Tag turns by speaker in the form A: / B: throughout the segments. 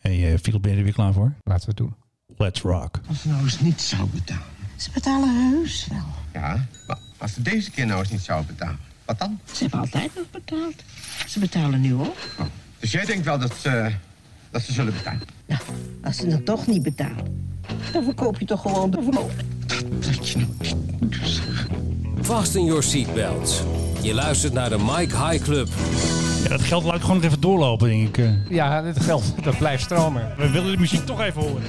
A: eh Field, ben je er weer klaar voor?
B: Laten we het doen.
A: Let's rock.
C: Als nou eens niet zou betalen.
D: Ze betalen heus wel.
C: Ja, maar als ze deze keer nou eens niet zouden betalen, wat dan?
D: Ze hebben altijd nog betaald. Ze betalen nu ook.
C: Dus jij denkt wel dat ze, eh, dat ze zullen betalen?
D: Nou, als ze dan toch niet betalen, dan verkoop je toch gewoon de vloot.
E: Vast in your seatbelt. Je luistert naar de Mike High Club.
A: Ja, dat geld laat ik gewoon nog even doorlopen, denk ik. Eh,
B: Ja, het geld, dat blijft stromen.
A: We willen de muziek toch even horen.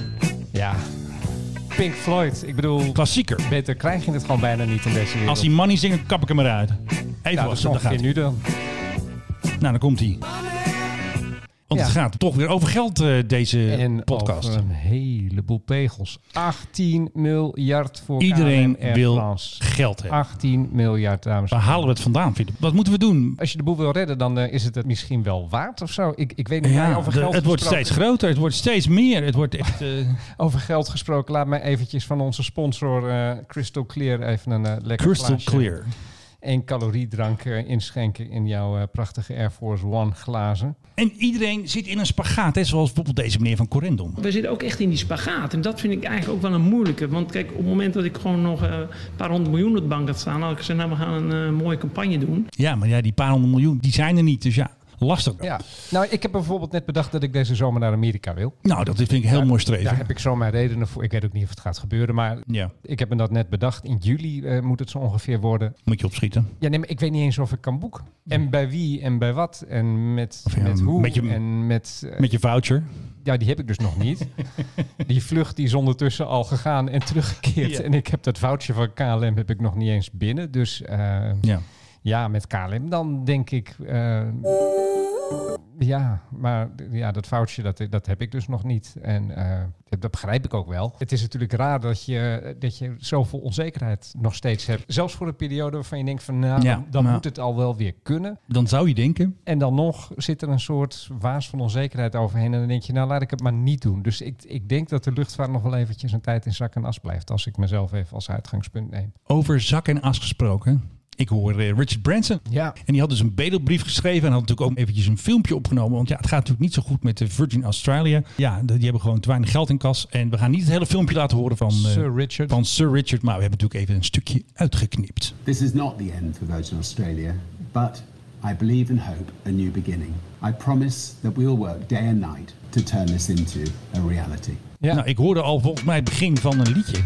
B: Ja. Pink Floyd, ik bedoel,
A: Klassieker.
B: beter krijg je het gewoon bijna niet in deze wereld.
A: Als die money zingen, kap ik hem eruit. Even
B: ja,
A: was
B: dat
A: het, daar
B: nog
A: gaat.
B: nu dan.
A: Nou, dan komt hij. Want
B: Ja.
A: het gaat toch weer over geld, eh, deze
B: En
A: podcast.
B: over een heleboel pegels. 18 miljard voor
A: Iedereen
B: KLM Air
A: wil
B: France.
A: geld hebben.
B: 18 miljard, dames en
A: Waar halen we het vandaan, Philip? Wat moeten we doen?
B: Als je de boel wil redden, dan eh, is het het misschien wel waard of zo. Ik, ik weet niet waar
A: Ja,
B: over
A: de-
B: geld
A: het wordt
B: gesproken-
A: steeds groter, het wordt steeds meer. Het wordt echt... eh,
B: Over geld gesproken, laat mij eventjes van onze sponsor eh, Crystal Clear even een eh, lekker
A: crystal
B: glaasje
A: clear.
B: en caloriedrank eh, inschenken in jouw eh, prachtige Air Force One glazen.
A: En iedereen zit in een spagaat, hè, zoals bijvoorbeeld deze meneer van Corendon.
F: We zitten ook echt in die spagaat. En dat vind ik eigenlijk ook wel een moeilijke. Want kijk, op het moment dat ik gewoon nog eh, een paar honderd miljoen op de bank had staan, had ik gezegd, nou, we gaan een eh, mooie campagne doen.
A: Ja, maar ja, die paar honderd miljoen, die zijn er niet. Dus ja, lastig.
B: Ja, nou ik heb bijvoorbeeld net bedacht dat ik deze zomer naar Amerika wil.
A: Nou, dat vind ik een heel mooi
B: Daar
A: streven.
B: heb ik zo mijn redenen voor. Ik weet ook niet of het gaat gebeuren, maar
A: Ja,
B: ik heb me dat net bedacht. In juli eh, moet het zo ongeveer worden.
A: moet je opschieten.
B: Ja, nee, maar ik weet niet eens of ik kan boeken. En bij wie en bij wat en met,
A: Of ja,
B: met hoe
A: met je-
B: en met... eh,
A: Met je voucher.
B: Ja, die heb ik dus nog niet. die vlucht die is ondertussen al gegaan en teruggekeerd.
A: Ja.
B: En ik heb dat voucher van KLM heb ik nog niet eens binnen. Dus eh,
A: Ja.
B: ja, met KLM dan denk ik... eh, ja, maar ja, dat voucher dat, dat heb ik dus nog niet. En eh, dat- dat begrijp ik ook wel. Het is natuurlijk raar dat je, dat je zoveel onzekerheid nog steeds hebt. Zelfs voor een periode waarvan je denkt van... nou,
A: Ja,
B: dan, dan
A: maar-
B: moet het al wel weer kunnen.
A: Dan zou je denken,
B: En dan nog zit er een soort waas van onzekerheid overheen. En dan denk je, nou laat ik het maar niet doen. Dus ik, ik denk dat de luchtvaart nog wel eventjes een tijd in zak en as blijft. Als ik mezelf even als uitgangspunt neem.
A: over zak en as gesproken. Ik hoor eh, Richard Branson.
B: Ja.
A: En die had dus een bedelbrief geschreven en had natuurlijk ook eventjes een filmpje opgenomen. Want ja, het gaat natuurlijk niet zo goed met de Virgin Australia. Ja, de- die hebben gewoon te weinig geld in kas. En we gaan niet het hele filmpje laten horen van, eh,
B: Sir Richard.
A: van Sir Richard. Maar we hebben natuurlijk even een stukje uitgeknipt.
G: This is not the end for Virgin Australia, but I believe and hope a new beginning. I promise that we will work day and night to turn this into a reality.
B: Ja.
A: Nou, ik hoorde al volgens mij het begin van een liedje.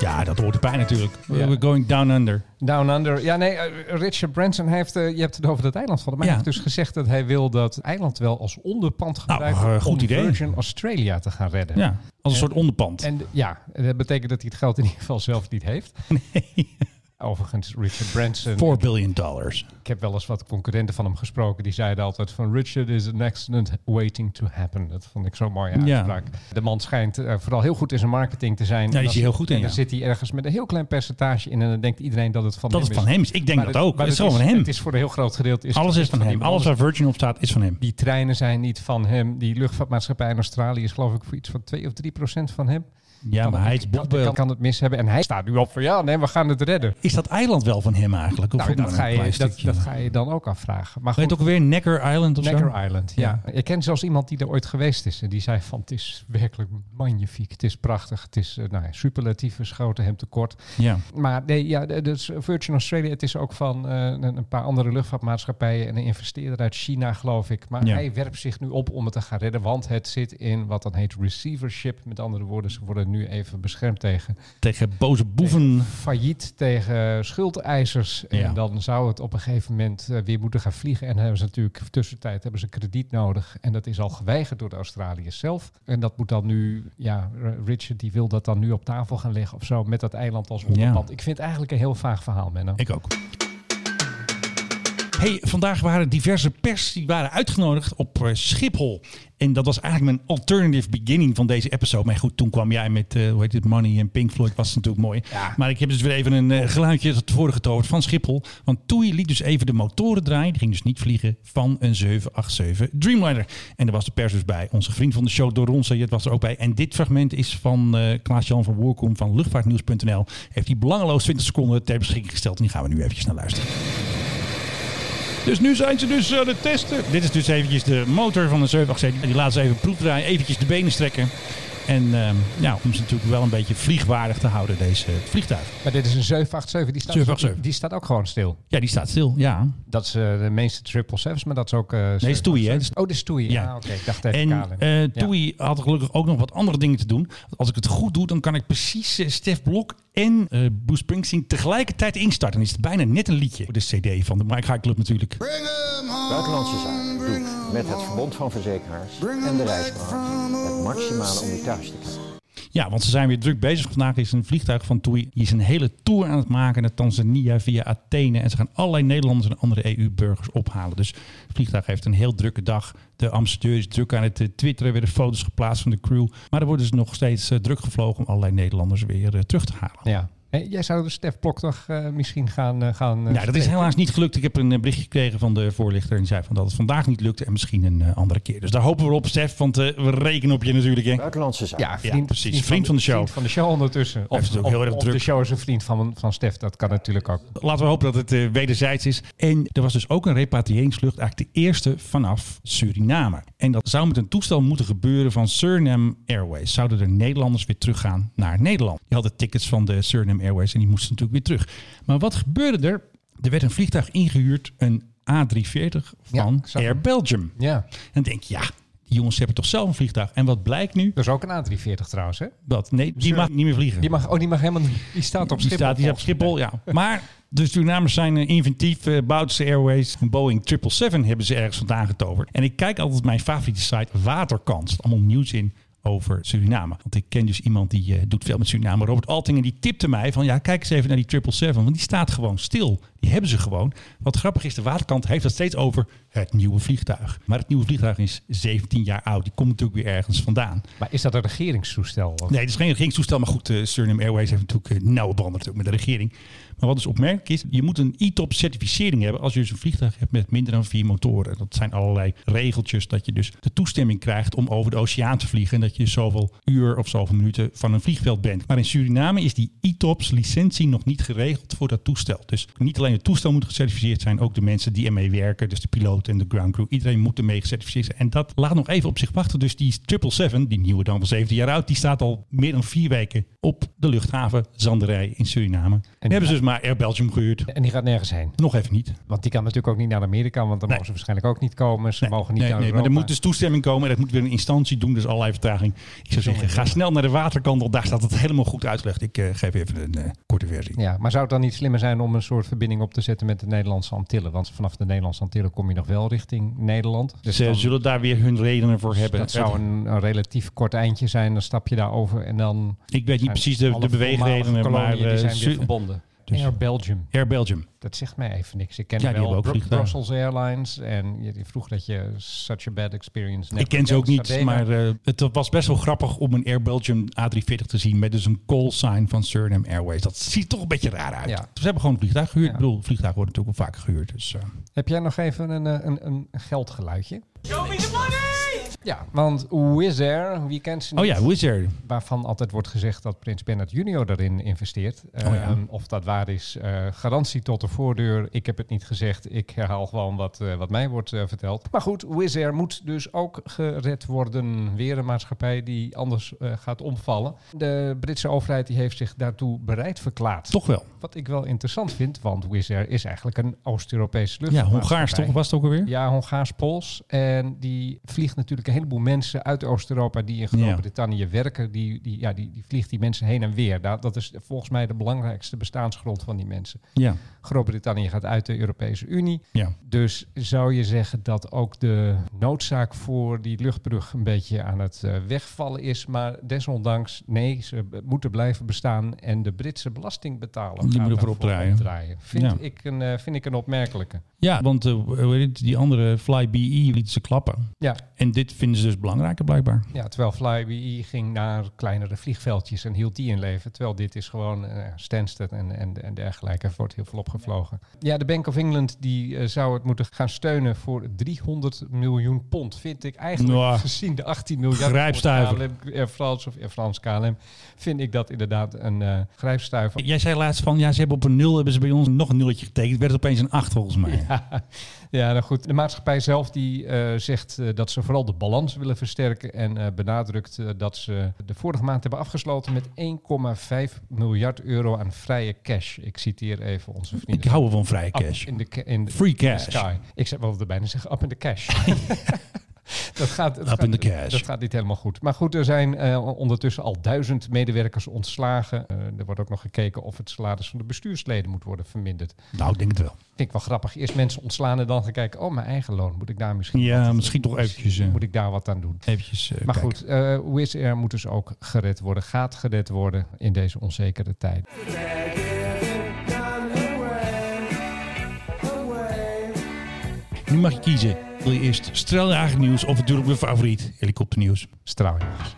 A: Ja, dat hoort erbij natuurlijk.
B: Ja.
A: We're going down under.
B: Down Under. Ja, nee, eh, Richard Branson heeft, eh, je hebt het over dat eiland gehad. Maar
A: Ja.
B: hij heeft dus gezegd dat hij wil dat eiland wel als onderpand gebruikt
A: eh, goed
B: om
A: idee.
B: Virgin Australia te gaan redden.
A: Ja, als een soort onderpand.
B: En de- ja, dat betekent dat hij het geld in ieder geval zelf niet heeft. Overigens, Richard Branson
A: 4 billion dollars.
B: Ik heb wel eens wat concurrenten van hem gesproken. Die zeiden altijd van Richard is an accident waiting to happen. Dat vond ik zo'n mooie
A: Ja.
B: uitspraak. De man schijnt eh, vooral heel goed in zijn marketing te
A: daar
B: zijn.
A: is
B: En als-
A: hij heel goed in,
B: En dan
A: ja.
B: zit hij ergens met een heel klein percentage in. En dan denkt iedereen dat het van
A: Dat
B: hem
A: het van hem is. Ik denk
B: Maar
A: dat ook.
B: maar
A: Het is gewoon van hem.
B: Het is voor een heel groot gedeelte. Is
A: Alles is van hem.
B: iemand
A: Alles
B: anders.
A: waar Virgin op staat is van hem.
B: Die treinen zijn niet van hem. Die luchtvaartmaatschappij in Australië is geloof ik voor iets van 2 of 3 procent van hem.
A: Ja,
B: Kan
A: maar
B: het-
A: hij is eh,
B: kan,
A: boegbeeld.
B: kan het mis hebben. En hij staat nu op van ja, nee, we gaan het redden.
A: Is dat eiland wel van hem eigenlijk? Of
B: Nou,
A: ook
B: dat,
A: maar
B: ga
A: een
B: je,
A: klein
B: dat,
A: stukje?
B: dat ga je dan ook afvragen. Maar
A: Hoe
B: goed,
A: heet het ook weer? Necker Island of zo?
B: Necker Island, ja. Ik ken zelfs iemand die er ooit geweest is. En die zei van, het is werkelijk magnifiek. Het is prachtig. Het is eh, nou ja, superlatief. We schoten hem tekort.
A: Ja.
B: Maar nee, ja, de- dus Virgin Australia, het is ook van eh, een- een paar andere luchtvaartmaatschappijen... en een investeerder uit China, geloof ik. Maar
A: Ja.
B: hij werpt zich nu op om het te gaan redden. Want het zit in wat dan heet receivership. Met andere woorden, ze worden nu even beschermd tegen
A: Tegen boze boeven.
B: failliet tegen schuldeisers.
A: Ja.
B: En dan zou het op een gegeven moment eh, weer moeten gaan vliegen. En dan hebben ze natuurlijk tussentijd hebben ze krediet nodig. En dat is al geweigerd door de Australiërs zelf. En dat moet dan nu, ja, R- Richard die wil dat dan nu op tafel gaan leggen of zo. Met dat eiland als onderpand. Ik vind het eigenlijk een heel vaag verhaal, Menno.
A: Ik ook. Hey, vandaag waren diverse pers die waren uitgenodigd op eh, Schiphol. En dat was eigenlijk mijn alternative beginning van deze episode. Maar goed, toen kwam jij met, eh, hoe heet het, Money en Pink Floyd was natuurlijk mooi. Maar ik heb dus weer even een eh, geluidje dat tevoren getoverd van Schiphol. Want Toei liet dus even de motoren draaien. Die ging dus niet vliegen van een 787 Dreamliner. En daar was de pers dus bij. Onze vriend van de show, Doron Sayed, was er ook bij. En dit fragment is van eh, Klaas-Jan van Woerkom van luchtvaartnieuws.nl. Heeft hij belangeloos 20 seconden ter beschikking gesteld. En die gaan we nu eventjes naar luisteren. Dus nu zijn ze dus aan het testen. Dit is dus eventjes de motor van de 787. Die laat ze even proefdraaien, eventjes de benen strekken. En ehm, ja, om ze natuurlijk wel een beetje vliegwaardig te houden, deze eh, vliegtuig.
B: Maar dit is een 787. Die staat,
A: 787.
B: Die staat ook gewoon stil.
A: Ja, die staat stil, ja.
B: Dat is eh, de meeste triple sevens, maar dat is ook... eh,
A: Nee, is Toei, hè?
B: 787. Oh, dit is Toei.
A: Ja.
B: Ja, oké. Ik dacht even
A: En
B: KLM.
A: eh
B: Ja.
A: Toei had gelukkig ook nog wat andere dingen te doen. Als ik het goed doe, dan kan ik precies eh, Stef Blok en eh Bruce Springsteen tegelijkertijd instarten. Dan is het bijna net een liedje. De CD van de Mike High Club natuurlijk.
H: Buitenlandse Zaken doet met het Verbond van Verzekeraars en de reisbranche het maximale om je thuis te krijgen.
A: Ja, want ze zijn weer druk bezig. Vandaag is een vliegtuig van TUI die is een hele tour aan het maken naar Tanzania via Athene. En ze gaan allerlei Nederlanders en andere EU-burgers ophalen. Dus het vliegtuig heeft een heel drukke dag. De ambassadeur is druk aan het eh, twitteren. Er werden foto's geplaatst van de crew. Maar er wordt dus nog steeds eh, druk gevlogen om allerlei Nederlanders weer eh, terug te halen.
B: Ja. Hé, jij zou de Stef Blok toch eh, misschien gaan... eh, gaan eh,
A: Nou, dat is
B: spreken?
A: helaas niet gelukt. Ik heb een eh, berichtje gekregen van de voorlichter. En die zei van dat het vandaag niet lukte. En misschien een eh, andere keer. Dus daar hopen we op, Stef. Want eh, we rekenen op je natuurlijk. Hè?
H: Buitenlandse Zaken.
B: Ja,
A: Ja, precies. Vriend van de show.
B: Vriend van de show ondertussen. Of,
A: het ook
B: of-
A: heel erg
B: of
A: druk.
B: de show is een vriend van, van Stef. Dat kan natuurlijk ook.
A: Laten we hopen dat het eh, wederzijds is. En er was dus ook een repatriëringsvlucht. Eigenlijk de eerste vanaf Suriname. En dat zou met een toestel moeten gebeuren van Suriname Airways. Zouden er Nederlanders weer teruggaan naar Nederland? Die hadden tickets van de Suriname Airways. En die moesten natuurlijk weer terug. Maar wat gebeurde er? Er werd een vliegtuig ingehuurd. Een A340 van
B: ik zag
A: Air
B: hem.
A: Belgium.
B: Ja.
A: En dan denk je, ja, die jongens hebben toch zelf een vliegtuig. En wat blijkt nu?
B: Dat is ook een A340 trouwens, hè?
A: Dat, nee, die mag niet meer vliegen.
B: Die mag, oh, die mag helemaal niet. Die staat op
A: die
B: Schiphol.
A: staat die is op
B: volgens mij.
A: Schiphol, ja. Maar de Surinamers zijn eh, inventief. eh Boutse Airways, een Boeing 777 hebben ze ergens vandaan getoverd. En ik kijk altijd mijn favoriete site, Waterkans. Allemaal nieuws in over Suriname. Want ik ken dus iemand die eh, doet veel met Suriname. Robert Alting, en die tipte mij van... ja, kijk eens even naar die 777, want die staat gewoon stil. Die hebben ze gewoon. Wat grappig is, de waterkant heeft dat steeds over het nieuwe vliegtuig. Maar het nieuwe vliegtuig is 17 jaar oud. Die komt natuurlijk weer ergens vandaan.
B: Maar is dat een regeringstoestel? Of-
A: Nee, het is geen regeringstoestel, maar goed, eh, Suriname Airways heeft natuurlijk eh, nauwe banden natuurlijk met de regering. Maar wat dus opmerkelijk is, je moet een e-top certificering hebben als je dus een vliegtuig hebt met minder dan vier motoren. Dat zijn allerlei regeltjes dat je dus de toestemming krijgt om over de oceaan te vliegen en dat je dus zoveel uur of zoveel minuten van een vliegveld bent. Maar in Suriname is die e-tops licentie nog niet geregeld voor dat toestel. Dus niet alleen het toestel moet gecertificeerd zijn, ook de mensen die ermee werken, dus de piloot en de ground crew, iedereen moet ermee gecertificeerd zijn. En dat laat nog even op zich wachten. Dus die 777, die nieuwe dan wel 17 jaar oud, die staat al meer dan vier weken op de luchthaven Zanderij in Suriname. En hebben ze dus maar Air Belgium gehuurd.
B: En die gaat nergens heen.
A: Nog even niet.
B: Want die kan natuurlijk ook niet naar Amerika, want dan
A: Nee.
B: mogen ze waarschijnlijk ook niet komen. Ze mogen niet
A: nee,
B: naar
A: nee, maar
B: Europa.
A: er moet dus toestemming komen en dat moet weer een instantie doen, dus allerlei vertraging. Ik zou zeggen, ga snel naar de waterkant, want daar staat het helemaal goed uitgelegd. Ik eh, geef even een eh, korte versie.
B: Ja, maar zou het dan niet slimmer zijn om een soort verbinding op te zetten met de Nederlandse Antillen? Want vanaf de Nederlandse Antillen kom je nog wel richting Nederland. Dus
A: Ze
B: dan-
A: zullen daar weer hun redenen voor hebben.
B: dat zou een, een relatief kort eindje zijn. Dan stap je daarover en dan...
A: Ik weet niet
B: zijn
A: precies de,
B: alle
A: de
B: voormalige
A: beweegredenen,
B: koloniën,
A: maar
B: die
A: eh,
B: zijn weer
A: Su-
B: verbonden.
A: Dus-
B: Air Belgium.
A: Air Belgium.
B: Dat zegt mij even niks. Ik ken
A: Ja, die
B: wel
A: hebben ook
B: Bru-
A: vliegtuigen.
B: Brussels Airlines. En je, je vroeg dat je such a bad experience...
A: Ik ken ze ook niet,
B: Sardena.
A: maar eh, het was best wel grappig om een Air Belgium A340 te zien met dus een call sign van Suriname Airways. Dat ziet toch een beetje raar uit.
B: Ja.
A: Ze hebben gewoon een vliegtuig gehuurd.
B: Ja.
A: Ik bedoel, vliegtuigen worden natuurlijk wel vaak gehuurd. Dus, eh,
B: Heb jij nog even een, eh, een, een geldgeluidje? Ja, want Wizz Air, wie kent ze niet?
A: oh ja, Wizz Air.
B: waarvan altijd wordt gezegd dat Prins Bernhard junior daarin investeert.
A: Oh ja.
B: Ehm, of dat waar is, eh, garantie tot de voordeur. Ik heb het niet gezegd. Ik herhaal gewoon wat, eh, wat mij wordt eh, verteld. Maar goed, Wizz Air moet dus ook gered worden. Weer een maatschappij die anders eh, gaat omvallen. De Britse overheid die heeft zich daartoe bereid verklaard.
A: Toch wel.
B: Wat ik wel interessant vind, want Wizz Air is eigenlijk een Oost-Europese
A: Ja,
B: luchtvaartmaatschappij.
A: Hongaars toch was het ook alweer?
B: Ja, Hongaars-Pools. En die vliegt natuurlijk een heleboel mensen uit Oost-Europa die in Groot-Brittannië werken. Die, die, ja, die, die vliegt die mensen heen en weer. Da- Dat is volgens mij de belangrijkste bestaansgrond van die mensen.
A: Ja.
B: Groot-Brittannië gaat uit de Europese Unie.
A: ja.
B: Dus zou je zeggen dat ook de noodzaak voor die luchtbrug een beetje aan het eh, wegvallen is. Maar desondanks, nee, ze b- moeten blijven bestaan. En de Britse belastingbetaler
A: Die
B: gaat
A: moeten ervoor
B: daarvoor
A: opdraaien.
B: Vind,
A: Ja.
B: ik een, eh, vind ik een opmerkelijke.
A: Ja, want eh, hoe heet het? die andere Fly BE lieten ze klappen.
B: Ja,
A: En dit vind vinden ze dus belangrijker blijkbaar.
B: Ja, terwijl Flybe ging naar kleinere vliegveldjes en hield die in leven. Terwijl dit is gewoon eh Stansted en, en, en dergelijke. Er wordt heel veel opgevlogen. Ja, de Bank of England die eh, zou het moeten gaan steunen voor 300 miljoen pond. Vind ik eigenlijk,
A: Nou,
B: gezien de 18 miljard
A: grijpstuiver.
B: voor KLM, Air France eh, of Air France KLM, vind ik dat inderdaad een eh grijpstuiver.
A: Jij zei laatst van, ja, ze hebben op een nul, hebben ze bij ons nog een nulletje getekend. Werd het opeens een acht volgens mij.
B: Ja, nou goed. De maatschappij zelf die eh, zegt eh, dat ze vooral de balans willen versterken en eh, benadrukt eh, dat ze de vorige maand hebben afgesloten met 1,5 miljard euro aan vrije cash. Ik citeer even onze
A: Ik
B: vrienden.
A: hou wel van vrije
B: Up
A: cash.
B: In de, ca- in de
A: Free cash.
B: sky. Ik zeg wel bijna zeggen up in the cash. Dat gaat, dat
A: Up
B: gaat-
A: in the cash.
B: Dat gaat niet helemaal goed. Maar goed, er zijn eh, ondertussen al duizend medewerkers ontslagen. Eh, er wordt ook nog gekeken of het salaris van de bestuursleden moet worden verminderd.
A: Nou, ik denk het wel.
B: Vind ik wel grappig. Eerst mensen ontslaan en dan gaan kijken. Oh, mijn eigen loon. Moet ik daar misschien.
A: Ja, misschien toch eventjes... eh,
B: Moet ik daar wat aan doen?
A: eventjes eh,
B: Maar
A: kijken.
B: goed, eh Wizz Air moet dus ook gered worden. Gaat gered worden in deze onzekere tijd.
A: Nu mag je kiezen. Wil je eerst straaljager nieuws of natuurlijk mijn favoriet, helikopternieuws?
B: Straaljagers.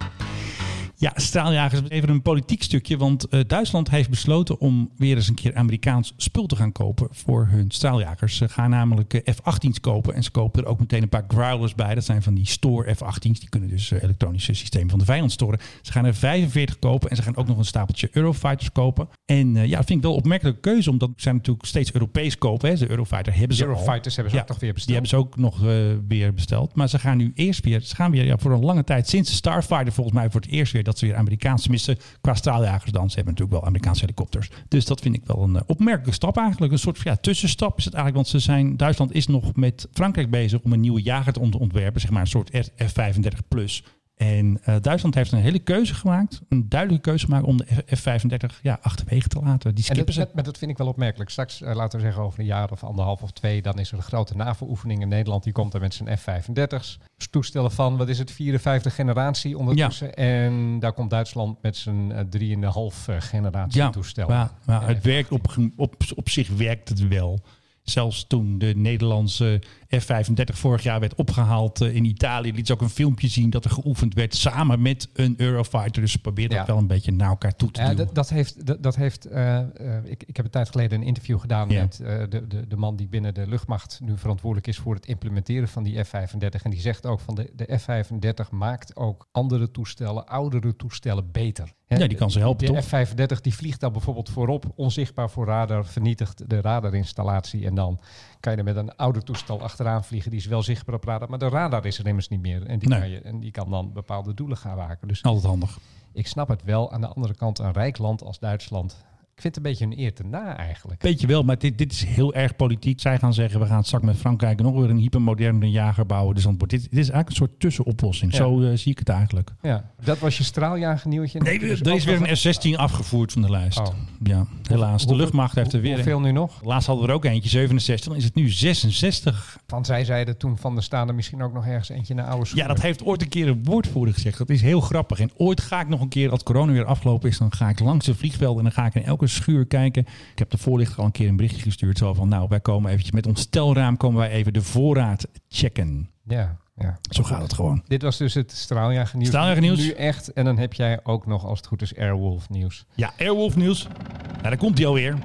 A: Ja, straaljagers. Even een politiek stukje. Want eh, Duitsland heeft besloten om weer eens een keer Amerikaans spul te gaan kopen voor hun straaljagers. Ze gaan namelijk eh, F-18's kopen. En ze kopen er ook meteen een paar growlers bij. Dat zijn van die store F-18's. Die kunnen dus eh, elektronische systemen van de vijand storen. Ze gaan er 45 kopen. En ze gaan ook nog een stapeltje Eurofighters kopen. En eh, ja, dat vind ik wel een opmerkelijke keuze. Omdat ze natuurlijk steeds Europees kopen. Hè. De Eurofighter hebben ze al.
B: Eurofighters hebben ze
A: Ja,
B: ook toch weer besteld.
A: Die hebben ze ook nog eh, weer besteld. Maar ze gaan nu eerst weer, ze gaan weer ja, voor een lange tijd, sinds de Starfighter volgens mij voor het eerst weer, dat ze weer Amerikaanse missen qua straaljagers dan. Ze hebben natuurlijk wel Amerikaanse helikopters. Dus dat vind ik wel een eh, opmerkelijke stap eigenlijk. Een soort van, ja, tussenstap is het eigenlijk, want ze zijn, Duitsland is nog met Frankrijk bezig om een nieuwe jager te ont- ontwerpen, zeg maar een soort R- F-35 plus. En eh, Duitsland heeft een hele keuze gemaakt, een duidelijke keuze gemaakt om de F- F-35 ja, achterwege te laten. Die
B: En
A: skippen
B: dat,
A: ze.
B: dat, maar dat vind ik wel opmerkelijk. Straks, eh, laten we zeggen over een jaar of anderhalf of twee, dan is er een grote NAVO-oefening in Nederland. Die komt er met zijn F-35's. Dus Toestellen van, wat is het, 54 generatie ondertussen. En daar komt Duitsland met zijn eh, 3,5 eh, generatie toestel.
A: Maar, maar
B: En
A: het werkt op, op, op zich werkt het wel. Zelfs toen de Nederlandse F-35 vorig jaar werd opgehaald eh, in Italië, liet ze ook een filmpje zien dat er geoefend werd samen met een Eurofighter. Dus ze probeerden
B: Ja.
A: dat wel een beetje naar elkaar toe te
B: Ja,
A: duwen.
B: dat, dat heeft, dat, dat heeft eh, eh, ik, ik heb een tijd geleden een interview gedaan
A: Ja.
B: met eh, de, de, de man die binnen de luchtmacht nu verantwoordelijk is voor het implementeren van die F-35. En die zegt ook van de, de F-35 maakt ook andere toestellen, oudere toestellen beter. Hè,
A: Ja, die kan ze helpen,
B: de
A: toch?
B: F-35 die vliegt dan bijvoorbeeld voorop, onzichtbaar voor radar, vernietigt de radarinstallatie. En dan kan je er met een ouder toestel achteraan vliegen, die is wel zichtbaar op radar, maar de radar is er immers niet meer. En die,
A: Nee.
B: kan, je, en die kan dan bepaalde doelen gaan waken. Dus
A: Altijd handig.
B: ik snap het wel. Aan de andere kant, een rijk land als Duitsland. Ik vind het een beetje een eer te na eigenlijk.
A: Weet je wel, maar dit, dit is heel erg politiek. Zij gaan zeggen, we gaan straks met Frankrijk nog weer een hypermoderne jager bouwen. Dus dan wordt dit, dit is eigenlijk een soort tussenoplossing.
B: Ja.
A: Zo eh, zie ik het eigenlijk.
B: Ja, dat was je straaljagernieuwtje.
A: Nee,
B: Dus
A: er
B: ook
A: is weer
B: nog
A: een F-16 afgevoerd van de lijst.
B: Oh.
A: Ja, helaas. De
B: Hoeveel-
A: luchtmacht heeft er
B: hoe-
A: weer een.
B: Hoeveel nu nog?
A: Laatst hadden we er ook eentje, 67. Dan is het nu 66.
B: Want zij zeiden toen van er staan er misschien ook nog ergens eentje naar oude
A: Ja,
B: schoenen.
A: dat heeft ooit een keer een woordvoerder gezegd. Dat is heel grappig. En ooit ga ik nog een keer, als corona weer afgelopen is, dan ga ik langs de vliegvelden en dan ga ik in elke schuur kijken. Ik heb de voorlichter al een keer een berichtje gestuurd. Zo van, nou, wij komen eventjes met ons telraam, komen wij even de voorraad checken.
B: Ja, ja.
A: Zo gaat het gewoon.
B: Dit was dus het straaljagernieuws.
A: Straaljagernieuws.
B: Nu echt. En dan heb jij ook nog, als het goed is, Airwolf nieuws.
A: Ja, Airwolf nieuws. Nou, daar komt die alweer.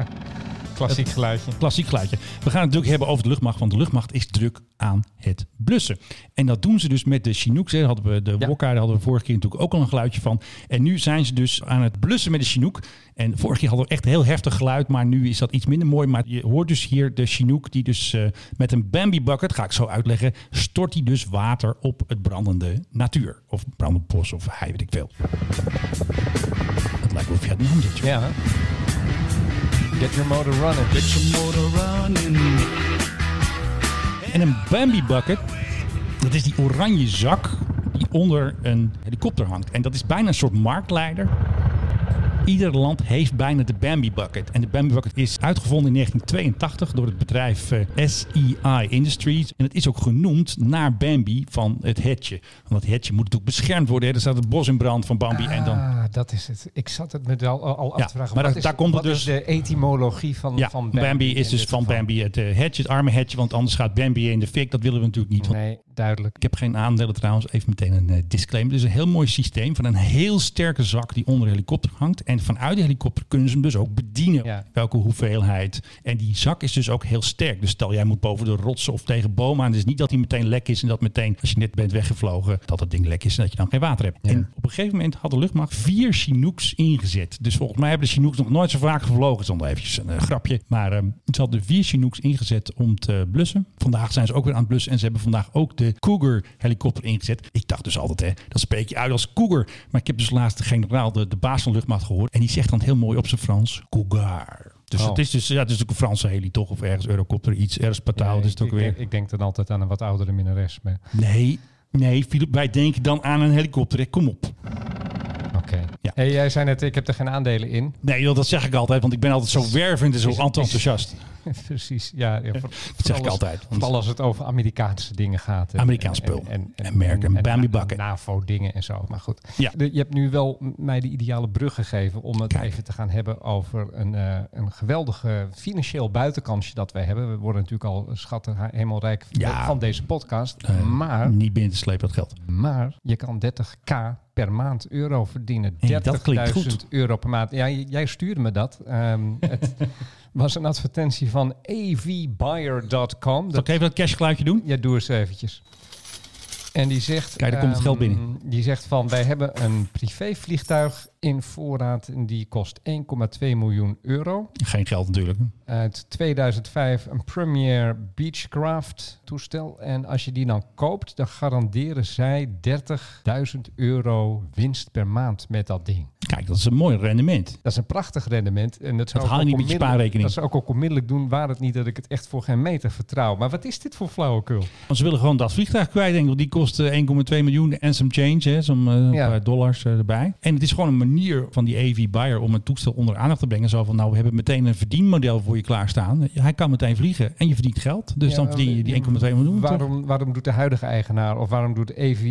B: Klassiek geluidje.
A: Klassiek geluidje. We gaan het natuurlijk hebben over de luchtmacht, want de luchtmacht is druk aan het blussen. En dat doen ze dus met de Chinooks. Hè. Daar hadden we de
B: Ja.
A: Wokka, daar hadden we vorige keer natuurlijk ook al een geluidje van. En nu zijn ze dus aan het blussen met de Chinook. En vorige keer hadden we echt heel heftig geluid, maar nu is dat iets minder mooi. Maar je hoort dus hier de Chinook die dus eh, met een Bambi bucket, ga ik zo uitleggen, stort hij dus water op het brandende natuur. Of brandend bos, of hij weet ik veel. Het lijkt wel of je het naam zit. joh.
B: Ja. Get your motor running.
A: En een Bambi bucket, dat is die oranje zak die onder een helikopter hangt. En dat is bijna een soort marktleider. Ieder land heeft bijna de Bambi bucket. En de Bambi bucket is uitgevonden in 1982 door het bedrijf eh, SEI Industries. En het is ook genoemd naar Bambi van het hetje. Want dat hetje moet natuurlijk beschermd worden. hè. Er staat het bos in brand van Bambi. en dan
B: Ah, dat is het. Ik zat het me wel al, al
A: Ja,
B: af te vragen.
A: maar
B: wat
A: daar-
B: is,
A: daar komt het
B: wat is
A: dus-
B: de etymologie van,
A: Ja,
B: van
A: Bambi,
B: Bambi.
A: is
B: in
A: dus
B: dit
A: van
B: geval?
A: Bambi het eh, hetje, het arme hetje, want anders gaat Bambi in de fik. Dat willen we natuurlijk niet. want
B: Nee, duidelijk.
A: Ik heb geen aandelen trouwens, even meteen een eh, disclaimer. Het is een heel mooi systeem van een heel sterke zak die onder de helikopter hangt. En vanuit de helikopter kunnen ze hem dus ook bedienen.
B: Ja.
A: Welke hoeveelheid. En die zak is dus ook heel sterk. Dus stel jij moet boven de rotsen of tegen bomen aan. Dus niet dat hij meteen lek is en dat meteen als je net bent weggevlogen dat dat ding lek is en dat je dan geen water hebt. En op een gegeven moment had de luchtmacht vier Chinooks ingezet. Dus volgens mij hebben de Chinooks nog nooit zo vaak gevlogen. Zonder eventjes een eh, grapje. Maar ehm, ze hadden vier Chinooks ingezet om te blussen. Vandaag zijn ze ook weer aan het blussen. En ze hebben vandaag ook de Cougar helikopter ingezet. Ik dacht dus altijd, hè, dat spreek je uit als Cougar. Maar ik heb dus laatst de generaal, de, de baas van de luchtmacht gehoord. En die zegt dan heel mooi op zijn Frans, Cougar. Dus
B: Oh.
A: het is dus ja, het is natuurlijk een Franse heli toch? Of ergens Eurocopter, iets, ergens pataal.
B: Ja,
A: dus het
B: ik,
A: ook weer.
B: Ik, ik denk dan altijd aan een wat oudere minnares. maar-
A: Nee, nee, Philip, wij denken dan aan een helikopter. hè. Kom op.
B: Oké.
A: Ja.
B: Hey, jij zei net, ik heb er geen aandelen in.
A: Nee, joh, dat zeg ik altijd, want ik ben altijd zo wervend en zo
B: is-
A: enthousiast.
B: Precies, ja. ja, voor- voor
A: zeg ik
B: alles-
A: altijd, want-
B: Vooral als het over Amerikaanse dingen gaat.
A: Amerikaans spul. American Bambi bakken.
B: NAVO-dingen en zo, maar goed.
A: Ja.
B: De- je hebt nu wel m- mij de ideale brug gegeven om het
A: Kijk.
B: even te gaan hebben over een, eh, een geweldige financieel buitenkansje dat wij hebben. We worden natuurlijk al schatten ha- helemaal rijk van-
A: Ja.
B: van deze podcast.
A: Eh,
B: maar,
A: Niet binnen te slepen dat geld.
B: maar je kan 30k per maand euro verdienen.
A: Hey, dat klinkt goed.
B: 30.000 euro per maand. Ja, j- jij stuurde me dat. Ehm, het was een advertentie van avbuyer.com.
A: Zal
B: Dat
A: ik even dat cashgeluidje doen?
B: ja, doe eens eventjes. En die zegt...
A: Kijk, daar komt het
B: ehm,
A: geld binnen.
B: Die zegt van, wij hebben een privévliegtuig in voorraad... en die kost 1,2 miljoen euro.
A: Geen geld natuurlijk.
B: Uit 2005 een Premier Beechcraft toestel. En als je die dan koopt, dan garanderen zij 30.000 euro winst per maand met dat ding.
A: Kijk, dat is een mooi rendement.
B: Dat is een prachtig rendement. En dat, zou
A: haal je
B: ik ook
A: niet met je
B: onmiddellijk-
A: spaarrekening.
B: Dat zou ik ook onmiddellijk doen, waar het niet dat ik het echt voor geen meter vertrouw. Maar wat is dit voor flauwekul?
A: Want ze willen gewoon dat vliegtuig kwijt. denk ik, want die kost eh, 1,2 miljoen en some change. Hè, zo'n eh,
B: Ja.
A: paar dollars eh, erbij. En het is gewoon een manier van die AV buyer om een toestel onder aandacht te brengen. Zo van, nou, we hebben meteen een verdienmodel voor je klaarstaan. Hij kan meteen vliegen en je verdient geld. Dus
B: Ja, ehm,
A: dan verdien je die 1,2 miljoen. toch?
B: Waarom, waarom doet de huidige eigenaar of waarom doet AV,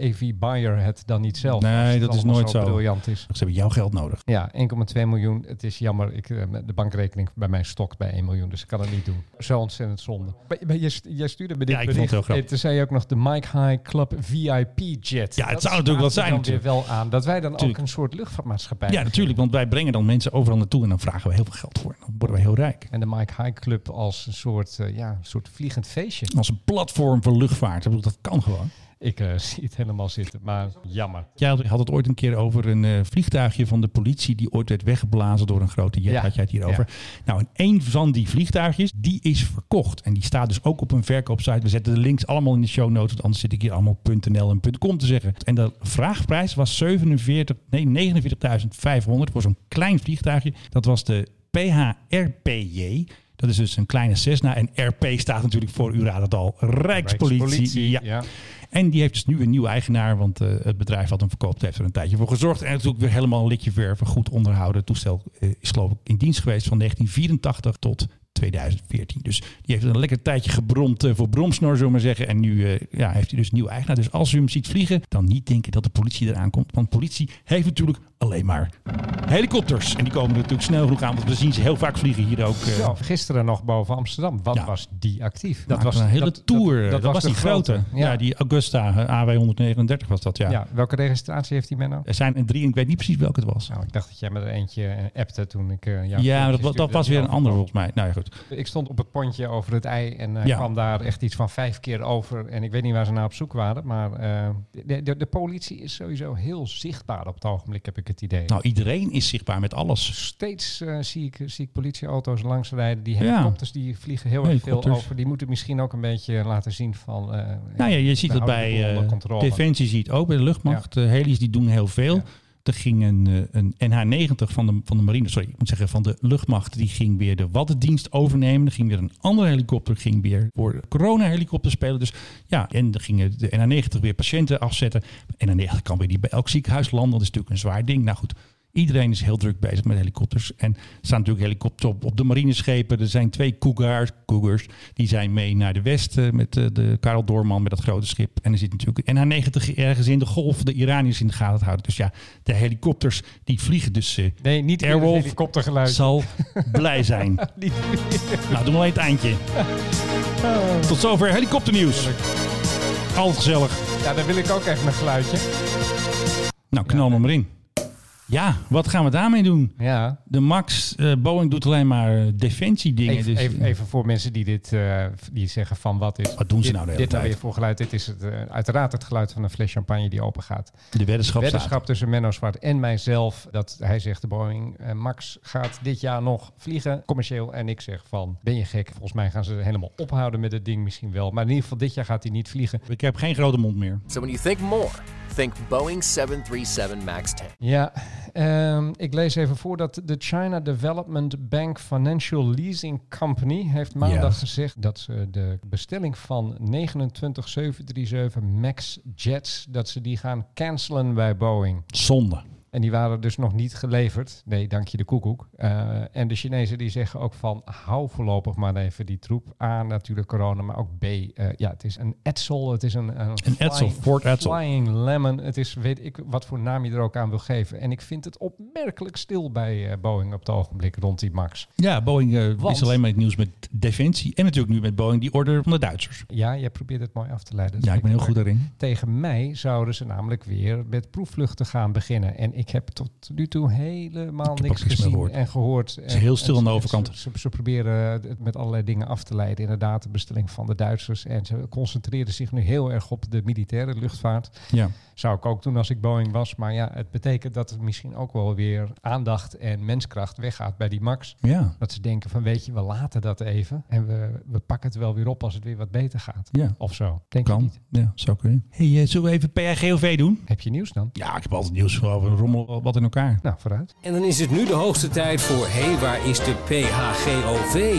B: AV buyer het dan niet zelf?
A: Nee,
B: Als het
A: dat is
B: allemaal
A: nooit zo.
B: briljant is.
A: Ze hebben jouw geld nodig.
B: Ja, 1,2 miljoen. Het is jammer. Ik, eh, de bankrekening bij mij stokt bij 1 miljoen, dus ik kan het niet doen. Zo ontzettend zonde. Maar, maar je, st- jij stuurde me dit
A: Ja, ik vond het
B: bericht.
A: heel grappig.
B: Eh, Toen zei je ook nog de Mike High Club VIP jet.
A: Ja, het
B: Dat
A: zou natuurlijk wat
B: staat er
A: zijn,
B: dan weer wel aan. Dat wij dan
A: Tuurlijk.
B: ook een soort luchtvaartmaatschappij
A: Ja, natuurlijk. Want wij brengen dan mensen overal naartoe en dan vragen we heel veel geld voor. Dan worden we heel rijk.
B: En de Mike High Club als een soort, eh, ja, een soort vliegend feestje.
A: Als een platform voor luchtvaart. Ik bedoel, dat kan gewoon.
B: Ik eh, zie het helemaal zitten, maar jammer.
A: Jij had- had het ooit een keer over een eh, vliegtuigje van de politie die ooit werd weggeblazen door een grote jet.
B: Ja.
A: Had jij het hierover? Nou, en één van die vliegtuigjes, die is verkocht. En die staat dus ook op een verkoopsite. We zetten de links allemaal in de show notes, want anders zit ik hier allemaal .nl en .com te zeggen. En de vraagprijs was 47, nee, 49.500 voor zo'n klein vliegtuigje. Dat was de PHRPJ. Dat is dus een kleine Cessna. En RP staat natuurlijk voor, u raadt het al, Rijkspolitie.
B: Rijkspolitie,
A: ja.
B: ja.
A: En die heeft dus nu een nieuwe eigenaar, want eh, het bedrijf wat hem verkoopt heeft er een tijdje voor gezorgd. En natuurlijk weer helemaal een likje verven, goed onderhouden. Het toestel eh, is geloof ik in dienst geweest van 1984 tot 2014. Dus die heeft een lekker tijdje gebromd eh, voor bromsnor, zullen we maar zeggen. En nu eh, ja, heeft hij dus een nieuwe eigenaar. Dus als u hem ziet vliegen, dan niet denken dat de politie eraan komt. Want politie heeft natuurlijk alleen maar helikopters. En die komen natuurlijk snel genoeg aan, want we zien ze heel vaak vliegen hier ook. eh,
B: Zo, gisteren nog boven Amsterdam. Wat
A: Ja.
B: was die actief?
A: Dat was een hele
B: dat-
A: tour.
B: dat-
A: Dat,
B: dat
A: was,
B: de
A: die grote. Ja.
B: Ja.
A: die Augusta eh, AW139 was dat, ja.
B: Ja, welke registratie heeft die man nou?
A: Er zijn er drie en ik weet niet precies welke het was.
B: Nou, ik dacht dat jij met er eentje eh, appte toen ik... eh, jou
A: ja, maar dat, wa-
B: filmpjes
A: dat
B: stuurde
A: was
B: die
A: weer een
B: over-
A: ander volgens mij. Nou ja, goed.
B: Ik stond op het pontje over het ei en eh,
A: Ja.
B: kwam daar echt iets van vijf keer over. En ik weet niet waar ze naar op zoek waren, maar eh, de, de, de politie is sowieso heel zichtbaar op het ogenblik, heb ik het idee.
A: Nou, iedereen is zichtbaar met alles.
B: Steeds eh, zie, ik, zie ik politieauto's langsrijden. Die
A: Ja.
B: helikopters die vliegen heel erg veel
A: Helikopters.
B: over. Die moeten misschien ook een beetje laten zien van... eh,
A: Nou ja, je ziet
B: we
A: dat
B: houden de boel
A: bij
B: onder
A: eh,
B: controle.
A: Defensie ziet ook, bij de luchtmacht. eh, heli's die doen heel veel.
B: Ja.
A: Er ging een, eh, een NH-90 van de, van de marine, sorry, ik moet zeggen van de luchtmacht, die ging weer de waddendienst overnemen. Er ging weer een andere helikopter, ging weer voor corona-helikopter spelen. Dus ja, en er gingen de NH-90 weer patiënten afzetten. NH-90 kan weer niet bij elk ziekenhuis landen, dat is natuurlijk een zwaar ding. Nou goed, Iedereen is heel druk bezig met helikopters. En er staan natuurlijk helikopters op, op de marineschepen. Er zijn twee Cougars, Cougars. Die zijn mee naar de westen met eh, de Karel Doorman met dat grote schip. En er zit natuurlijk een NH-90 ergens in de golf. De Iraniërs in de gaten houden. Dus ja, de helikopters die vliegen dus. eh,
B: Nee, niet weer het
A: Airwolf
B: helikoptergeluid.
A: zal blij zijn.
B: Niet weer.
A: Nou, doen we alleen het eindje. Tot zover helikopternieuws. Altijd gezellig.
B: Ja, daar wil ik ook even een geluidje.
A: Nou, knal me maar in. Ja, wat gaan we daarmee doen?
B: Ja.
A: De Max, eh, Boeing doet alleen maar eh, defensiedingen.
B: Even,
A: dus,
B: even, even voor mensen die dit eh, die zeggen van wat is.
A: Wat doen ze
B: dit,
A: nou de hele
B: Dit nou
A: tijd?
B: weer voor geluid. Dit is het, eh, uiteraard het geluid van een fles champagne die open gaat.
A: De weddenschap, staat.
B: Weddenschap tussen Menno Zwart en mijzelf. Dat hij zegt de Boeing eh, Max gaat dit jaar nog vliegen. Commercieel. En ik zeg van ben je gek? Volgens mij gaan ze helemaal ophouden met het ding misschien wel. Maar in ieder geval dit jaar gaat hij niet vliegen.
A: Ik heb geen grote mond meer.
I: So when you think more, think Boeing 737 MAX 10.
B: Ja, ehm, ik lees even voor dat de China Development Bank Financial Leasing Company heeft maandag
A: Ja.
B: gezegd dat ze de bestelling van 29737 MAX jets, dat ze die gaan cancelen bij Boeing.
A: Zonde.
B: En die waren dus nog niet geleverd. Nee, dank je de koekoek. Eh, en de Chinezen die zeggen ook van hou voorlopig maar even die troep. A, natuurlijk corona, maar ook B, eh, ja, het is een Edsel. Het is een, een,
A: Edsel, Ford Edsel.
B: Flying Lemon. Het is weet ik wat voor naam je er ook aan wil geven. En ik vind het opmerkelijk stil bij eh, Boeing op het ogenblik rond die Max.
A: Ja, Boeing eh,
B: Want-
A: is alleen maar in het nieuws met defensie. En natuurlijk nu met Boeing die order van de Duitsers.
B: Ja, jij probeert het mooi af te leiden. Dat
A: Ja, ik ben
B: vind
A: heel goed
B: leuk.
A: daarin.
B: Tegen mei zouden ze namelijk weer met proefvluchten gaan beginnen. En ik heb tot nu toe helemaal
A: Ik heb ook niks
B: niks
A: meer
B: gezien
A: gehoord.
B: en gehoord. Het
A: is heel stil aan de overkant.
B: Ze, ze, ze proberen het met allerlei dingen af te leiden. Inderdaad, de bestelling van de Duitsers. En ze concentreren zich nu heel erg op de militaire luchtvaart.
A: Ja.
B: Zou ik ook doen als ik Boeing was. Maar ja, het betekent dat er misschien ook wel weer aandacht en menskracht weggaat bij die MAX.
A: Ja.
B: Dat ze denken van weet je, we laten dat even. En we, we pakken het wel weer op als het weer wat beter gaat.
A: Ja.
B: Of zo. Denk je
A: Kan.
B: niet?
A: Ja, zou kunnen. Hey, eh, zullen we even PRGOV doen?
B: Heb je nieuws dan?
A: Ja, ik heb altijd nieuws over rommel wat in elkaar.
B: Nou, vooruit.
E: En dan is het nu de hoogste tijd voor Hé, hey, waar is de PHGOV?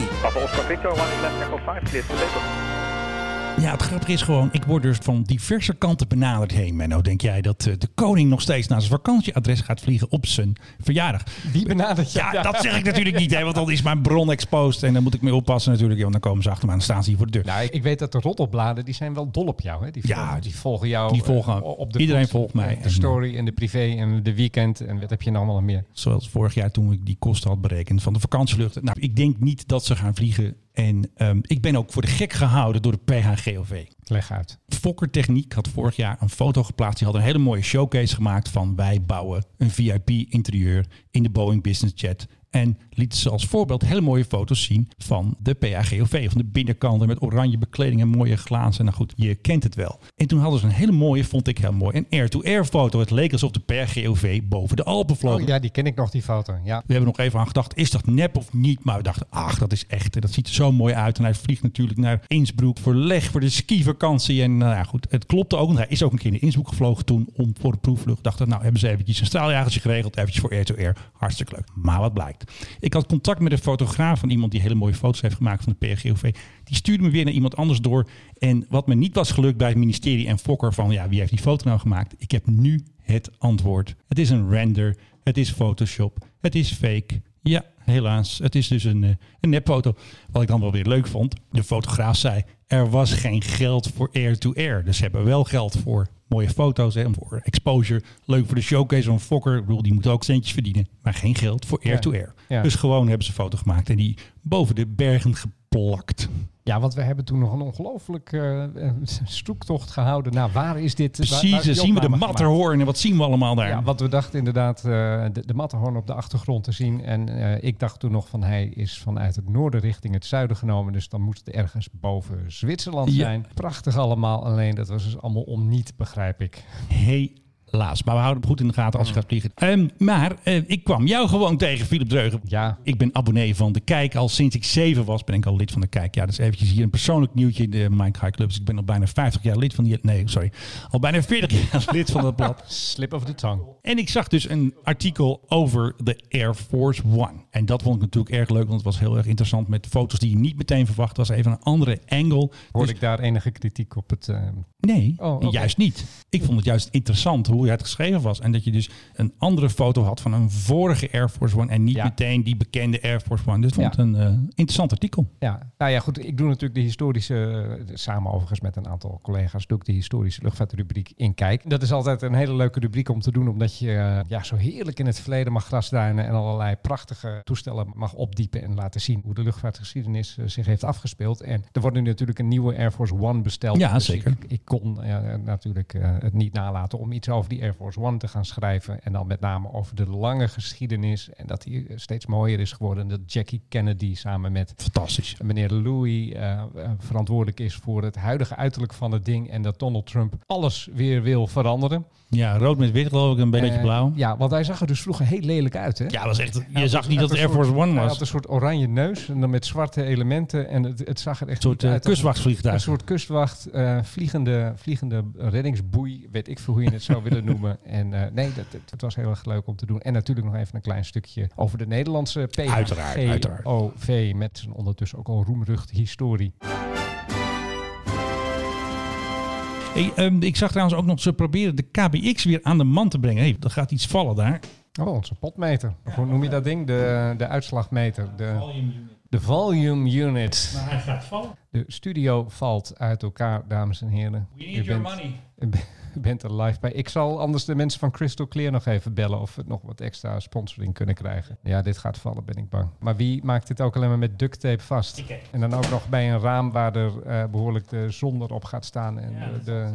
A: Ja, het grappige is gewoon, ik word dus van diverse kanten benaderd heen. Menno, denk jij dat eh, de koning nog steeds naar zijn vakantieadres gaat vliegen op zijn verjaardag?
B: Wie benadert je?
A: Ja, dat zeg ik natuurlijk niet, hè, want dan is mijn bron exposed. En dan moet ik mee oppassen natuurlijk, want dan komen ze achter me aan en staan ze hier voor de deur.
B: Nou, ik, ik weet dat de roddelbladen, die zijn wel dol op jou. Hè? Die,
A: Ja,
B: volgen, die volgen jou.
A: die
B: eh,
A: volgen-
B: op de
A: iedereen
B: voet.
A: volgt mij.
B: De story en de privé en de weekend. En wat heb je nou allemaal meer?
A: Zoals vorig jaar toen ik die kosten had berekend van de vakantievluchten. Nou, ik denk niet dat ze gaan vliegen. En ehm, ik ben ook voor de gek gehouden door de PHGOV.
B: Leg uit.
A: Fokker Techniek had vorig jaar een foto geplaatst. Die had een hele mooie showcase gemaakt van wij bouwen een VIP-interieur in de Boeing Business Jet. En liet ze als voorbeeld hele mooie foto's zien van de PAGOV. Van de binnenkanten met oranje bekleding en mooie glazen. Nou goed, je kent het wel. En toen hadden ze een hele mooie, vond ik heel mooi, een air-to-air foto. Het leek alsof de PAGOV boven de Alpen vloog.
B: Oh ja, die ken ik nog, die foto. Ja.
A: We hebben er nog even aan gedacht, is dat nep of niet? Maar we dachten, ach, dat is echt. En dat ziet er zo mooi uit. En hij vliegt natuurlijk naar Innsbruck voor leg, voor de skivakantie. En nou ja, goed, het klopte ook. Want hij is ook een keer naar Innsbruck gevlogen toen om voor de proefvlucht. Dachten, nou hebben ze eventjes een straaljagertje geregeld. Eventjes voor air-to-air. Hartstikke leuk. Maar wat blijkt. Ik had contact met een fotograaf van iemand die hele mooie foto's heeft gemaakt van de PRGOV. Die stuurde me weer naar iemand anders door. En wat me niet was gelukt bij het ministerie en Fokker van, ja, wie heeft die foto nou gemaakt? Ik heb nu het antwoord. Het is een render. Het is Photoshop. Het is fake. Ja, helaas. Het is dus een, eh, een nepfoto. Wat ik dan wel weer leuk vond. De fotograaf zei, er was geen geld voor air-to-air. Dus ze hebben wel geld voor mooie foto's en voor exposure. Leuk voor de showcase van Fokker. Ik bedoel, die moet ook centjes verdienen. Maar geen geld voor air-to-air.
B: Ja.
A: Dus gewoon hebben ze een foto gemaakt en die boven de bergen geplakt.
B: ja, want we hebben toen nog een ongelooflijk eh, eh, zoektocht gehouden. Nou, waar is dit? waar- waar
A: Precies,
B: is die
A: dan zien we de
B: opname gemaakt?
A: Matterhorn en wat zien we allemaal daar.
B: Ja, want we dachten inderdaad eh, de, de Matterhorn op de achtergrond te zien. En eh, ik dacht toen nog van hij is vanuit het noorden richting het zuiden genomen. Dus dan moet het ergens boven Zwitserland
A: Ja.
B: zijn. Prachtig allemaal, alleen dat was dus allemaal om niet, begrijp ik.
A: Helaas. Maar we houden hem goed in de gaten als je gaat vliegen. Ehm, maar eh, ik kwam jou gewoon tegen, Philip Dreugen.
B: Ja.
A: Ik ben abonnee van De Kijk. Al sinds ik zeven was ben ik al lid van De Kijk. Ja, dat is eventjes hier een persoonlijk nieuwtje. De Mike High Club. Dus ik ben al bijna 50 jaar lid van die... Nee, sorry. Al bijna 40 jaar lid van dat blad.
B: Slip of the tongue.
A: En ik zag dus een artikel over de Air Force One. En dat vond ik natuurlijk erg leuk, want het was heel erg interessant met foto's die je niet meteen verwacht. Het was even een andere angle.
B: Hoorde
A: Dus-
B: ik daar enige kritiek op het... eh,
A: Nee,
B: Oh, oké.
A: juist niet. Ik vond het juist interessant hoe hoe het geschreven was. En dat je dus een andere foto had van een vorige Air Force One en niet
B: Ja.
A: meteen die bekende Air Force One. Dus ik vond
B: Ja.
A: het een eh, interessant artikel.
B: Ja, nou ja, goed. Ik doe natuurlijk de historische, eh, samen overigens met een aantal collega's, doe ik de historische luchtvaartrubriek in kijk. Dat is altijd een hele leuke rubriek om te doen, omdat je eh, ja, zo heerlijk in het verleden mag grasduinen en allerlei prachtige toestellen mag opdiepen en laten zien hoe de luchtvaartgeschiedenis eh, zich heeft afgespeeld. En er wordt nu natuurlijk een nieuwe Air Force One besteld.
A: Ja,
B: Dus
A: zeker.
B: Ik, ik kon eh, natuurlijk eh, het niet nalaten om iets over die Air Force One te gaan schrijven. En dan met name over de lange geschiedenis en dat die eh, steeds mooier is geworden. En dat Jackie Kennedy samen met
A: Fantastisch.
B: meneer Louis eh, eh, verantwoordelijk is voor het huidige uiterlijk van het ding en dat Donald Trump alles weer wil veranderen.
A: Ja, rood met wit geloof ik, een beetje
B: Eh,
A: blauw.
B: Ja, want hij zag er dus vroeger heel lelijk uit, hè?
A: Ja, dat was echt, je
B: Hij
A: zag
B: had dus
A: niet
B: een
A: dat het Air
B: soort-
A: Force One
B: Hij
A: was.
B: had een soort oranje neus en dan met zwarte elementen en het, het zag er echt
A: Een soort
B: niet
A: eh,
B: uit als-
A: kustwachtvliegtuig.
B: Een soort kustwacht, eh, vliegende, vliegende reddingsboei, weet ik veel hoe je het zou willen noemen. En eh, nee, dat, dat, dat was heel erg leuk om te doen. En natuurlijk nog even een klein stukje over de Nederlandse PHGOV
A: Uiteraard, uiteraard.
B: met zijn ondertussen ook al roemrucht historie.
A: Hey, ehm, ik zag trouwens ook nog ze proberen de KBX weer aan de man te brengen. Hey, er gaat iets vallen daar.
B: Oh, onze potmeter. Of Hoe noem je dat ding? De, de uitslagmeter. De, de volume unit.
A: Hij gaat vallen.
B: De studio valt uit elkaar, dames en heren. U bent- U bent er live bij. Ik zal anders de mensen van Crystal Clear nog even bellen of we nog wat extra sponsoring kunnen krijgen. Ja, dit gaat vallen, ben ik bang. Maar wie maakt dit ook alleen maar met duct tape vast? En dan ook nog bij een raam waar er eh, behoorlijk de zon erop gaat staan en, eh, de,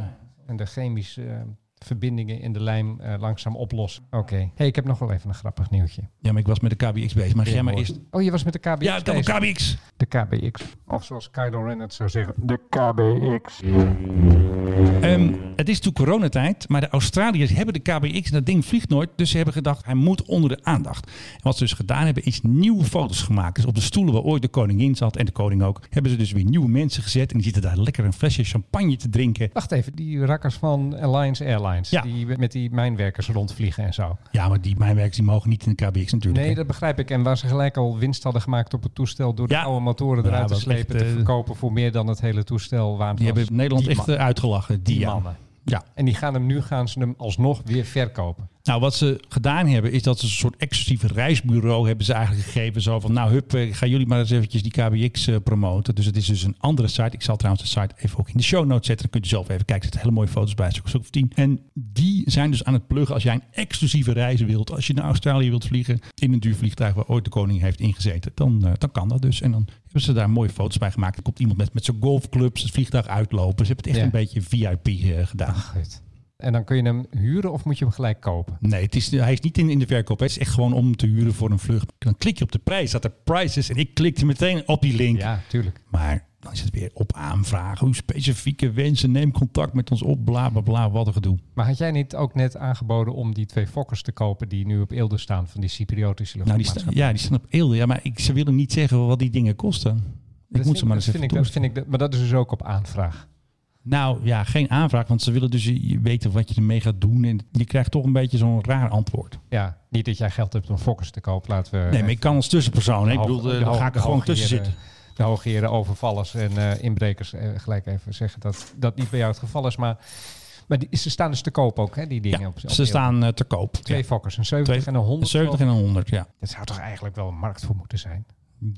B: en de chemische eh, verbindingen in de lijm eh, langzaam oplossen. Oké. hey, ik heb nog wel even een grappig nieuwtje.
A: Ja, maar ik was met de KBX bezig. Maar jij maar eerst.
B: Oh, je was met de KBX
A: Ja, ik had
B: bezig.
A: een KBX.
B: De KBX. Of zoals Kylo Ren het zou zeggen, de KBX.
A: Ehm, het is natuurlijk coronatijd, maar de Australiërs hebben de KBX en dat ding vliegt nooit. Dus ze hebben gedacht, hij moet onder de aandacht. En wat ze dus gedaan hebben, is nieuwe foto's gemaakt. Dus op de stoelen waar ooit de koningin zat en de koning ook, hebben ze dus weer nieuwe mensen gezet. En die zitten daar lekker een flesje champagne te drinken.
B: Wacht even, die rakkers van Alliance Airlines.
A: Ja.
B: Die met die mijnwerkers rondvliegen en zo.
A: Ja, maar die mijnwerkers die mogen niet in de KBX natuurlijk.
B: Nee,
A: hè.
B: dat begrijp ik. En waar ze gelijk al winst hadden gemaakt op het toestel... door
A: Ja.
B: de oude motoren
A: Ja,
B: eruit te
A: dat
B: slepen...
A: ligt,
B: te
A: eh,
B: verkopen voor meer dan het hele toestel. waard
A: Die
B: was.
A: hebben Nederland
B: Die
A: echt
B: man-
A: eh, uitgelachen. Die,
B: die
A: ja.
B: mannen.
A: Ja.
B: En die gaan hem nu gaan ze hem alsnog weer verkopen.
A: Nou, wat ze gedaan hebben, is dat ze een soort exclusief reisbureau hebben ze eigenlijk gegeven. Zo van, nou hup, eh, gaan jullie maar eens eventjes die KBX eh, promoten. Dus het is dus een andere site. Ik zal trouwens de site even ook in de show notes zetten. Dan kunt je zelf even kijken. Er zitten hele mooie foto's bij, zo'n stuk of tien. En die zijn dus aan het pluggen als jij een exclusieve reis wilt. Als je naar Australië wilt vliegen in een duur vliegtuig waar ooit de koning heeft ingezeten. Dan, eh, dan kan dat dus. En dan hebben ze daar mooie foto's bij gemaakt. Er komt iemand met, met zijn golfclubs het vliegtuig uitlopen. Ze hebben het echt
B: Ja.
A: een beetje VIP eh, gedaan.
B: Goed. En dan kun je hem huren of moet je hem gelijk kopen?
A: Nee, het is, hij is niet in, in de verkoop. Het is echt gewoon om te huren voor een vlucht. Dan klik je op de prijs, dat er prices. En ik klikte meteen op die link.
B: Ja, tuurlijk.
A: Maar dan is het weer op aanvraag. Uw specifieke wensen, neem contact met ons op. Bla, bla, bla, wat een gedoe. Nou,
B: Maar had jij niet ook net aangeboden om die twee fokkers te kopen... die nu op Eelde staan van die Cypriotische
A: Nou, die
B: luchtvaartmaatschappij?
A: staan, ja, die staan op eelde. Ja, maar ik, ze willen niet zeggen wat die dingen kosten. Ik
B: Dat
A: moet
B: vind
A: ze maar
B: dat
A: eens even
B: vind ik, dat
A: toelichten.
B: vind ik, dat- Maar dat is dus ook op aanvraag.
A: Nou ja, geen aanvraag. Want ze willen dus je- weten wat je ermee gaat doen. En je krijgt toch een beetje zo'n raar antwoord.
B: Ja, niet dat jij geld hebt om fokkers te kopen. Laten we
A: Nee, maar ik kan als tussenpersoon. hè. Ik
B: hoog-
A: bedoel, eh,
B: de
A: dan
B: hoog-
A: ga ik
B: de
A: er gewoon
B: hoogheren-
A: tussen zitten.
B: De hoogheren overvallers en eh, inbrekers eh, gelijk even zeggen dat dat niet bij jou het geval is. Maar, maar die, ze staan dus te koop ook, hè, die dingen.
A: Ja,
B: op, op
A: ze staan eh, te koop.
B: Twee
A: Ja.
B: fokkers, een 70
A: Twee-
B: en een 100.
A: 70 en een 100, ja.
B: Dat zou toch eigenlijk wel een markt voor moeten zijn?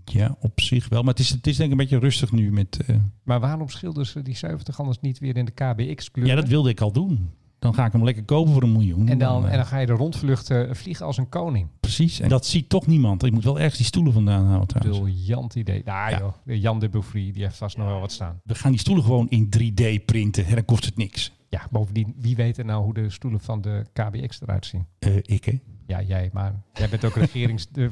A: Ja, op zich wel. Maar het is, het is denk ik een beetje rustig nu met... eh,
B: Maar waarom schilderen ze die 70 anders niet weer in de KBX-kleur?
A: ja, dat wilde ik al doen. Dan ga ik hem lekker kopen voor een miljoen.
B: en, dan,
A: eh,
B: en dan ga je de rondvlucht eh, vliegen als een koning.
A: precies. En dat ziet toch niemand. Ik moet wel ergens die stoelen vandaan halen trouwens.
B: Briljant idee. Nou
A: Ja.
B: joh, Jan de Beaufry, die heeft vast nog wel wat staan.
A: We gaan die stoelen gewoon in 3D printen. En dan kost het niks.
B: Ja, bovendien, wie weet er nou hoe de stoelen van de KBX eruit zien?
A: Eh, ik, hè?
B: Ja, jij, maar jij bent ook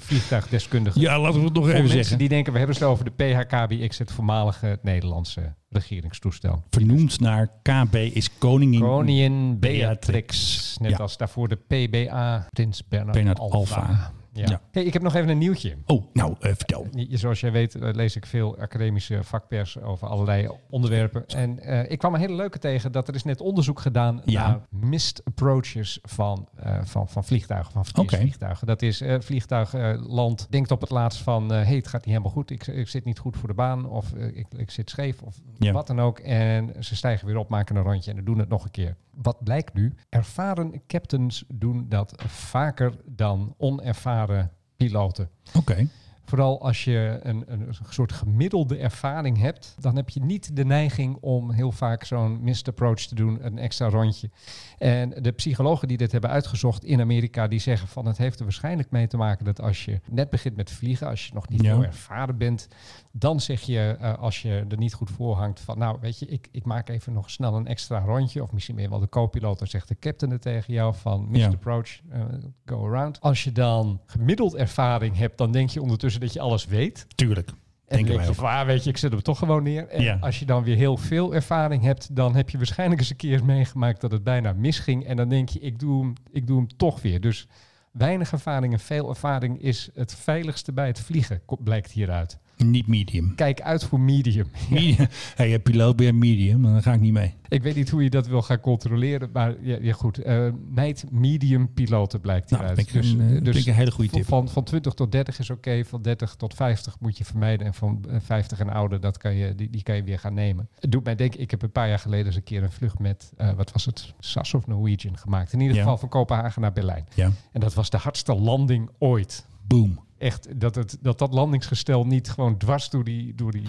B: regeringsvliegtuigdeskundige.
A: Ja, laten we het nog
B: Voor
A: even
B: mensen
A: zeggen.
B: die denken, we hebben het over de PHKBX, het voormalige Nederlandse regeringstoestel.
A: Vernoemd naar KB is koningin.
B: Koningin
A: Beatrix.
B: Beatrix, net
A: Ja.
B: als daarvoor de PBA, Prins Bernhard,
A: Bernhard
B: Alpha.
A: Alpha.
B: Ja.
A: Ja.
B: Hey, ik heb nog even een nieuwtje.
A: Oh, nou, eh, vertel.
B: Je- Zoals jij weet eh, lees ik veel academische vakpers over allerlei onderwerpen. En eh, ik kwam een hele leuke tegen dat er is net onderzoek gedaan
A: Ja.
B: naar missed approaches van, eh, van, van vliegtuigen, van verkeersvliegtuigen. Dat is eh vliegtuig eh, land denkt op het laatst van eh, hey, het gaat niet helemaal goed, ik, ik zit niet goed voor de baan of eh, ik, ik zit scheef of
A: Ja.
B: wat dan ook. En ze stijgen weer op, maken een rondje en dan doen het nog een keer. Wat blijkt nu? Ervaren captains doen dat vaker dan onervaren piloten.
A: Oké.
B: Vooral als je een, een soort gemiddelde ervaring hebt, dan heb je niet de neiging om heel vaak zo'n missed approach te doen, een extra rondje. En de psychologen die dit hebben uitgezocht in Amerika, die zeggen van het heeft er waarschijnlijk mee te maken dat als je net begint met vliegen, als je nog niet
A: Ja.
B: heel ervaren bent, dan zeg je eh, als je er niet goed voor hangt van nou weet je, ik, ik maak even nog snel een extra rondje. Of misschien meer wel de co-piloot, dan zegt de captain het tegen jou van missed
A: Ja.
B: approach, eh, go around. Als je dan gemiddeld ervaring hebt, dan denk je ondertussen dat je alles weet.
A: Tuurlijk.
B: En
A: Denken
B: denk
A: wij
B: je
A: ook.
B: van, ah, weet je, ik zet hem toch gewoon neer. En
A: Ja.
B: als je dan weer heel veel ervaring hebt, dan heb je waarschijnlijk eens een keer meegemaakt dat het bijna misging. En dan denk je, ik doe hem, ik doe hem toch weer. Dus weinig ervaring en veel ervaring is het veiligste bij het vliegen, ko- blijkt hieruit.
A: Niet medium.
B: Kijk uit voor medium.
A: Medium. Hey, eh, piloot ben je medium, dan ga ik niet mee.
B: Ik weet niet hoe je dat wil gaan controleren, maar ja, ja goed. eh meid medium piloten blijkt
A: Nou,
B: hieruit.
A: dat vind ik een, eh, dat vind ik een hele goede
B: dus van-
A: tip.
B: Van, van 20 tot 30 is oké, van 30 tot 50 moet je vermijden. En van eh, 50 en ouder, dat kan je, die, die kan je weer gaan nemen. Het doet mij denken, ik heb een paar jaar geleden eens een keer een vlucht met, eh, wat was het, SAS of Norwegian gemaakt. In ieder
A: Ja.
B: geval van Kopenhagen naar Berlijn.
A: Ja.
B: En dat was de hardste landing ooit.
A: Boom.
B: Echt, dat, het, dat dat landingsgestel niet gewoon dwars door die, door die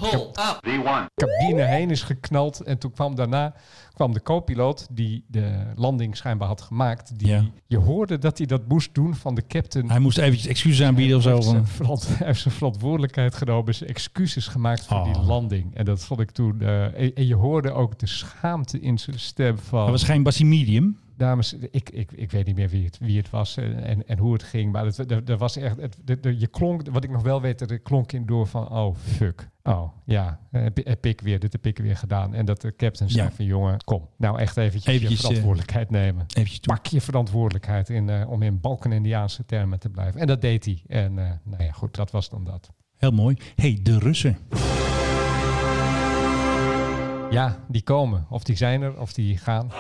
B: cabine heen is geknald. En toen kwam daarna kwam de co-piloot die de landing schijnbaar had gemaakt. Die,
A: Ja.
B: Je hoorde dat hij dat moest doen van de captain.
A: Hij moest eventjes excuses aanbieden of zo.
B: heeft zijn,
A: Van,
B: verant- hij heeft zijn verantwoordelijkheid genomen, zijn excuses gemaakt voor die
A: Oh.
B: landing. En dat vond ik toen. eh, en, en je hoorde ook de schaamte in zijn stem van.
A: Maar waarschijnlijk was hij medium.
B: Dames, ik, ik, ik weet niet meer wie het, wie het was en, en, en hoe het ging. Maar het, er, er was echt, het, de- de- je klonk, wat ik nog wel weet, er klonk in door van, oh fuck. Oh ja, heb, heb ik weer, dit heb ik weer gedaan. En dat de captain zei
A: Ja.
B: van, jongen, kom. Nou echt eventjes,
A: Eventjes,
B: je
A: eh,
B: verantwoordelijkheid nemen.
A: Eventjes toe.
B: Pak je verantwoordelijkheid in, eh, om in balkan-Indiaanse termen te blijven. En dat deed hij. En eh, nou ja, goed, dat was dan dat.
A: Heel mooi. hey, de Russen.
B: Ja, die komen. Of die zijn er, of die gaan.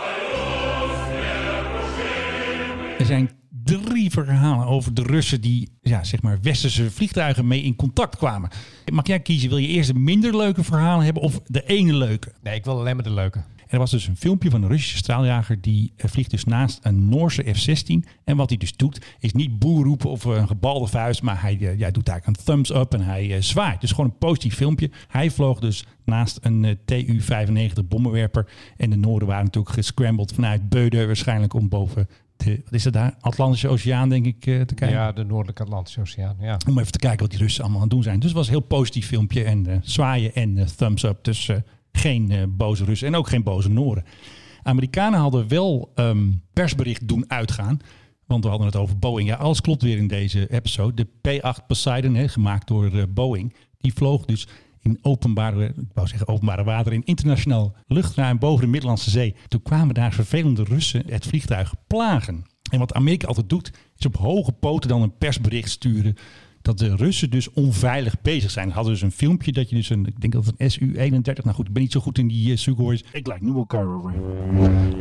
A: Er zijn drie verhalen over de Russen die, ja, zeg maar, westerse vliegtuigen mee in contact kwamen. Mag jij kiezen, wil je eerst een minder leuke verhaal hebben of de ene leuke?
B: Nee, ik wil alleen maar de leuke.
A: En er was dus een filmpje van een Russische straaljager. Die eh, vliegt dus naast een Noorse F-16. En wat hij dus doet, is niet boer roepen of eh, een gebalde vuist. Maar hij eh, ja, doet eigenlijk een thumbs up en hij eh, zwaait. Dus gewoon een positief filmpje. Hij vloog dus naast een eh, TU-95 bommenwerper. En de Noorden waren natuurlijk gescrambled vanuit Beuden waarschijnlijk om boven... De, wat is dat daar? Atlantische Oceaan, denk ik, eh, te kijken.
B: Ja, de Noordelijke Atlantische Oceaan. Ja.
A: Om even te kijken wat die Russen allemaal aan het doen zijn. Dus het was een heel positief filmpje. En eh, zwaaien en eh, thumbs up. Dus eh, geen eh, boze Russen en ook geen boze Noren. Amerikanen hadden wel ehm, persbericht doen uitgaan. Want we hadden het over Boeing. Ja, alles klopt weer in deze episode. De P-8 Poseidon, hè, gemaakt door eh, Boeing. Die vloog dus in openbare, ik wou zeggen openbare water, in internationaal luchtruim boven de Middellandse Zee. Toen kwamen daar vervelende Russen het vliegtuig plagen. En wat Amerika altijd doet, is op hoge poten dan een persbericht sturen dat de Russen dus onveilig bezig zijn. Ze hadden dus een filmpje dat je dus een, ik denk dat het een SU-31, nou goed, ik ben niet zo goed in die uh, Sugoi. Ik lijk nu elkaar over.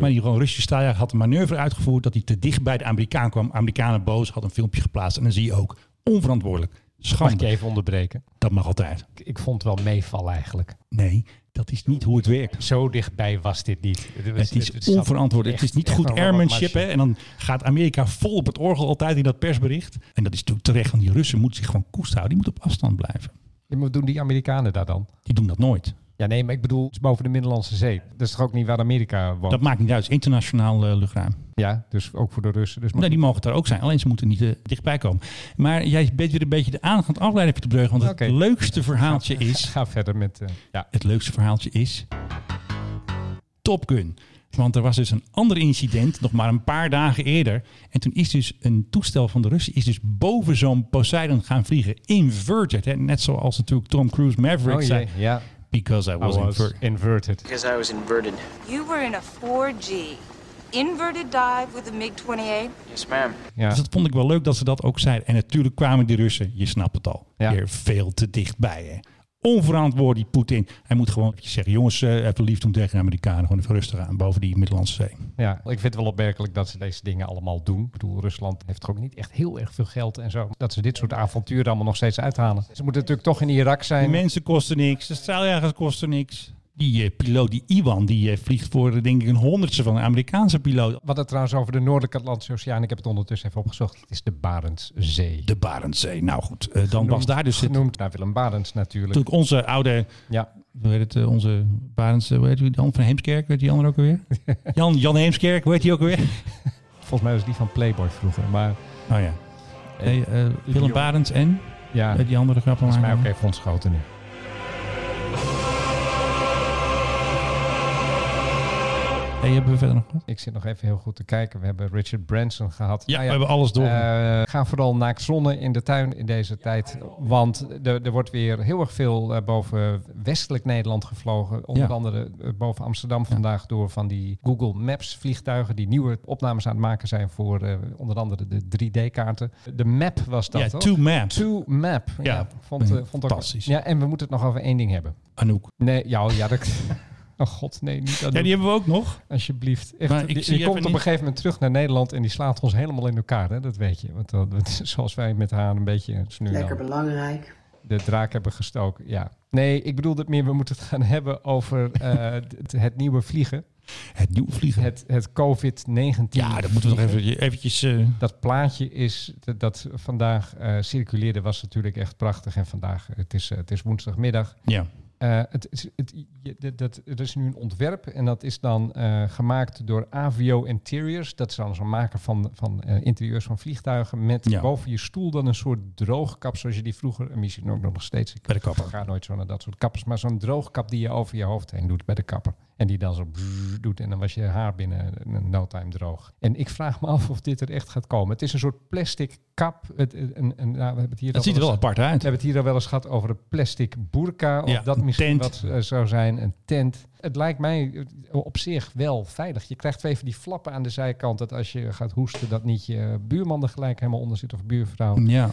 A: Maar die gewoon Russische straaljager had een manoeuvre uitgevoerd dat hij te dicht bij de Amerikaan kwam. Amerikanen boos, had een filmpje geplaatst en dan zie je ook onverantwoordelijk.
B: Mag ik je
A: Schande,
B: even onderbreken?
A: dat mag altijd.
B: Ik, ik vond het wel meevallen eigenlijk.
A: Nee, dat is niet hoe het werkt.
B: Zo dichtbij was dit niet.
A: Het is onverantwoord. Het is niet goed airmanship. Hè? En dan gaat Amerika vol op het orgel altijd in dat persbericht. En dat is natuurlijk terecht, want die Russen moeten zich gewoon koest houden. Die moeten op afstand blijven.
B: Wat doen die Amerikanen daar dan?
A: Die doen dat nooit.
B: Ja, nee, maar ik bedoel, het is boven de Middellandse Zee. Dat is toch ook niet waar Amerika woont?
A: Dat maakt niet uit. Het is internationaal eh, luchtruim.
B: Ja, dus ook voor de Russen. Dus
A: Nee, die mogen het daar ook zijn. Alleen ze moeten niet eh, dichtbij komen. Maar jij bent weer een beetje de aandacht aan het afleiden, Pieter Breug. Want het
B: Oké.
A: leukste verhaaltje is...
B: Ga verder met... eh, ja.
A: Het leukste verhaaltje is... Top Gun. Want er was dus een ander incident, nog maar een paar dagen eerder. En toen is dus een toestel van de Russen is dus boven zo'n Poseidon gaan vliegen. Inverted. Hè? Net zoals natuurlijk Tom Cruise Maverick
B: Oh
A: zei.
B: jee, ja.
A: Because I was,
B: I was
A: inverted.
B: inverted.
J: Because I was inverted.
K: You were in a 4G
J: inverted dive with the MiG-28?
K: Yes, ma'am.
B: Ja.
A: Dus dat vond ik wel leuk dat ze dat ook zeiden. En natuurlijk kwamen die Russen, je snapt het al,
B: Ja.
A: weer veel te dichtbij. Hè. Onverantwoord die Poetin. Hij moet gewoon eventjes zeggen, jongens, eh, even lief doen tegen de Amerikanen. Gewoon even rustig aan boven die Middellandse Zee.
B: Ja, ik vind het wel opmerkelijk dat ze deze dingen allemaal doen. Ik bedoel, Rusland heeft er ook niet echt heel erg veel geld en zo. Dat ze dit soort avonturen allemaal nog steeds uithalen. Ze moeten natuurlijk toch in Irak
A: Die
B: zijn.
A: mensen kosten niks, de straaljagers kosten niks. Die eh, piloot, die Iwan, die eh, vliegt voor eh, denk ik een honderdste van een Amerikaanse piloot.
B: Wat het trouwens over de Noordelijke Atlantische Oceaan. Ik heb het ondertussen even opgezocht. Het is de Barentszee.
A: De Barentszee. Nou goed, eh, dan was
B: Genoemd-
A: daar dus het,
B: Genoemd naar Willem Barents natuurlijk.
A: natuurlijk onze oude,
B: Ja.
A: hoe heet het, eh, onze Barentse, hoe heet die dan, van Heemskerk, weet die ander ook alweer? Jan, Jan Heemskerk, hoe heet die ook alweer?
B: Volgens mij was die van Playboy vroeger. Maar
A: Oh ja. Hey, eh, Willem
B: Idiot.
A: Barends en
B: ja,
A: eh, die andere grappen
B: volgens mij
A: maken.
B: ook even ontschoten nu.
A: Hey, hebben we verder nog wat?
B: Ik zit nog even heel goed te kijken. We hebben Richard Branson gehad.
A: Ja,
B: Ah
A: we hebben alles door.
B: Eh, ga vooral naakt zonnen in de tuin in deze tijd. Want er, er wordt weer heel erg veel eh, boven westelijk Nederland gevlogen. Onder
A: Ja.
B: andere eh, boven Amsterdam vandaag door van die Google Maps vliegtuigen. Die nieuwe opnames aan het maken zijn voor eh, onder andere de 3D-kaarten. De map was dat,
A: ja,
B: toch?
A: Two Maps.
B: To map. Ja, vond, eh, vond ook,
A: fantastisch.
B: Ja, en we moeten het nog over één ding hebben.
A: Anouk.
B: Nee, ja, oh, ja dat... Oh god, nee, niet aan
A: Ja,
B: doen.
A: die hebben we ook nog.
B: Alsjeblieft. Echt,
A: Maar ik
B: die- die
A: zie even
B: komt op
A: niet-
B: een gegeven moment terug naar Nederland en die slaat ons helemaal in elkaar. Hè? Dat weet je. Want dat, dat- zoals wij met haar een beetje dus nu
L: Lekker
B: dan
L: belangrijk.
B: de draak hebben gestoken. Ja. Nee, ik bedoel dat meer. We moeten het gaan hebben over eh, het, het nieuwe vliegen.
A: Het nieuwe vliegen.
B: Het, het COVID-19.
A: ja, dat moeten we nog
B: vliegen.
A: even, eventjes... eh,
B: Dat plaatje is dat, dat vandaag eh, circuleerde was natuurlijk echt prachtig. En vandaag, het is, eh, het is woensdagmiddag.
A: ja.
B: Eh, het, is- het, je- dat, dat, er is nu een ontwerp en dat is dan eh, gemaakt door Avio Interiors. Dat is dan zo'n maker van, van eh, interieurs van vliegtuigen. Met
A: Ja.
B: boven je stoel dan een soort droogkap zoals je die vroeger... En misschien ook nog steeds. Ik
A: Bij de kapper.
B: ga nooit zo naar dat soort kappers. Maar zo'n droogkap die je over je hoofd heen doet bij de kapper. En die dan zo bzzz doet en dan was je haar binnen een no time droog. En ik vraag me af of dit er echt gaat komen. Het is een soort plastic kap. Het, een, een, nou, we hebben het hier al
A: Dat ziet er
B: wel
A: wel
B: eens-
A: apart uit.
B: we hebben het hier al wel eens gehad over een plastic burka. Of
A: Ja,
B: dat
A: een
B: misschien
A: tent.
B: wat eh, zou zijn. Een tent. Het lijkt mij eh, op zich wel veilig. Je krijgt even die flappen aan de zijkant. Dat als je gaat hoesten, dat niet je buurman er gelijk helemaal onder zit. Of buurvrouw.
A: Ja.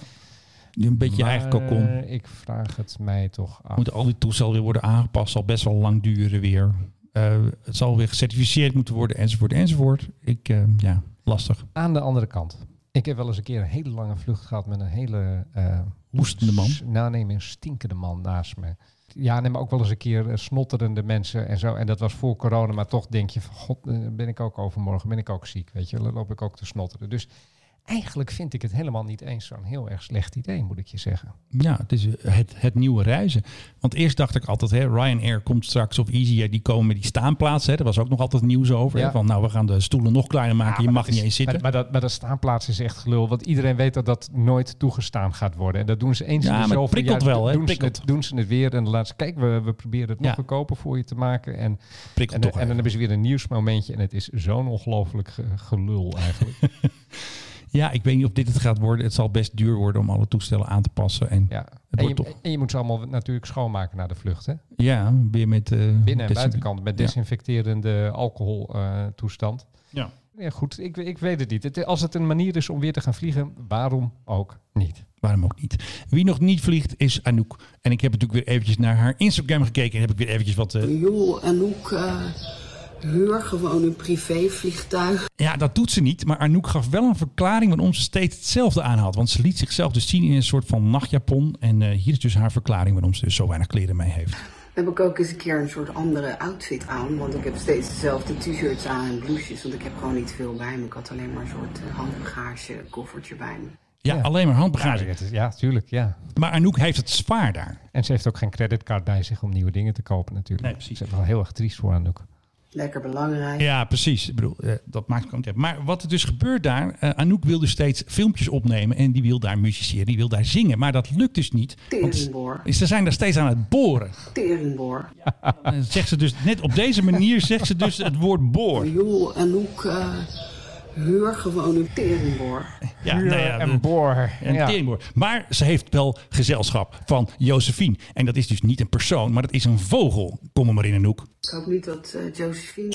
A: Een beetje je eigen
B: Maar eh,
A: kokon.
B: Ik vraag het mij toch af.
A: Moet al die toestel weer worden aangepast. Zal best wel lang duren weer. Eh, het zal weer gecertificeerd moeten worden, enzovoort, enzovoort. Ik, eh, ja, lastig.
B: Aan de andere kant. Ik heb wel eens een keer een hele lange vlucht gehad met een hele... eh,
A: Hoestende man.
B: s- Nou nee, een stinkende man naast me. Ja, nee, maar ook wel eens een keer eh, snotterende mensen en zo. En dat was voor corona, maar toch denk je van... God, eh, ben ik ook overmorgen, ben ik ook ziek, weet je. Dan loop ik ook te snotteren. Dus eigenlijk vind ik het helemaal niet eens zo'n heel erg slecht idee, moet ik je zeggen.
A: Ja, het is eh, het, het nieuwe reizen. Want eerst dacht ik altijd, hè, Ryanair komt straks of EasyJet, die komen met die staanplaatsen. Hè. Daar was ook nog altijd nieuws over. Hè,
B: Ja.
A: van nou, we gaan de stoelen nog kleiner maken.
B: Ja,
A: je
B: maar
A: mag
B: dat is-
A: niet eens zitten.
B: Maar, maar dat, maar dat staanplaats is echt gelul. Want iedereen weet dat dat nooit toegestaan gaat worden. En dat doen ze eens
A: Ja,
B: in de
A: maar het
B: zoveel
A: prikkelt
B: jaar.
A: wel, hè?
B: Doen, ze
A: Prikkelt.
B: het, doen ze het weer. En de laatste, kijk, we, we proberen het
A: Ja.
B: nog goedkoper voor je te maken. En,
A: Prikkel toch
B: en, en dan
A: even.
B: hebben ze weer een nieuwsmomentje. En het is zo'n ongelooflijk ge- gelul eigenlijk.
A: Ja, ik weet niet of dit het gaat worden. Het zal best duur worden om alle toestellen aan te passen. En ja,
B: ja.
A: Het
B: en,
A: wordt
B: je,
A: toch-
B: en je moet ze allemaal natuurlijk schoonmaken na de vlucht. Hè?
A: weer met... eh,
B: Binnen en
A: desin-
B: buitenkant. Met
A: Ja.
B: desinfecterende alcoholtoestand.
A: Ja.
B: ja, goed, ik, ik weet het niet. Het, als het een manier is om weer te gaan vliegen, waarom ook niet?
A: Waarom ook niet? Wie nog niet vliegt is Anouk. En ik heb natuurlijk weer eventjes naar haar Instagram gekeken. En heb ik weer eventjes wat... eh,
L: Joh, Anouk, eh, huur gewoon een privévliegtuig.
A: Ja, dat doet ze niet. Maar Anouk gaf wel een verklaring waarom ze steeds hetzelfde aanhad. Want ze liet zichzelf dus zien in een soort van nachtjapon. En eh, hier is dus haar verklaring waarom ze dus zo weinig kleren mee heeft.
L: Dan heb ik ook eens een keer een soort andere outfit aan. Want ik heb steeds dezelfde t-shirts aan en blouses. Want ik heb gewoon niet veel bij me. Ik had alleen maar een soort eh, handbagage, koffertje bij me.
A: Ja, alleen maar handbagage.
B: Ja, ja, tuurlijk, ja.
A: Maar Anouk heeft het zwaar daar.
B: En ze heeft ook geen creditcard bij zich om nieuwe dingen te kopen natuurlijk.
A: Nee, precies.
B: Ze is wel heel erg triest voor Anouk.
L: Lekker belangrijk.
A: Ja, precies. Ik bedoel, eh, dat maakt het ook niet uit. Maar wat er dus gebeurt daar... eh Anouk wilde steeds filmpjes opnemen. En die wil daar musiceren, die wil daar zingen. Maar dat lukt dus niet. Want
L: Teringboor.
A: ze zijn daar steeds aan het boren.
L: Teringboor.
A: En dan zegt ze dus net op deze manier zegt ze dus het woord boor.
L: Joh, Anouk, eh, huur gewoon een teringboor.
A: Ja,
B: Huur
A: nou ja,
B: en boor.
A: En
B: Ja.
A: teringboor. Maar ze heeft wel gezelschap van Josephine. En dat is dus niet een persoon, maar dat is een vogel. Kom er maar in een hoek.
L: Ik hoop niet dat eh, Josephine... eh,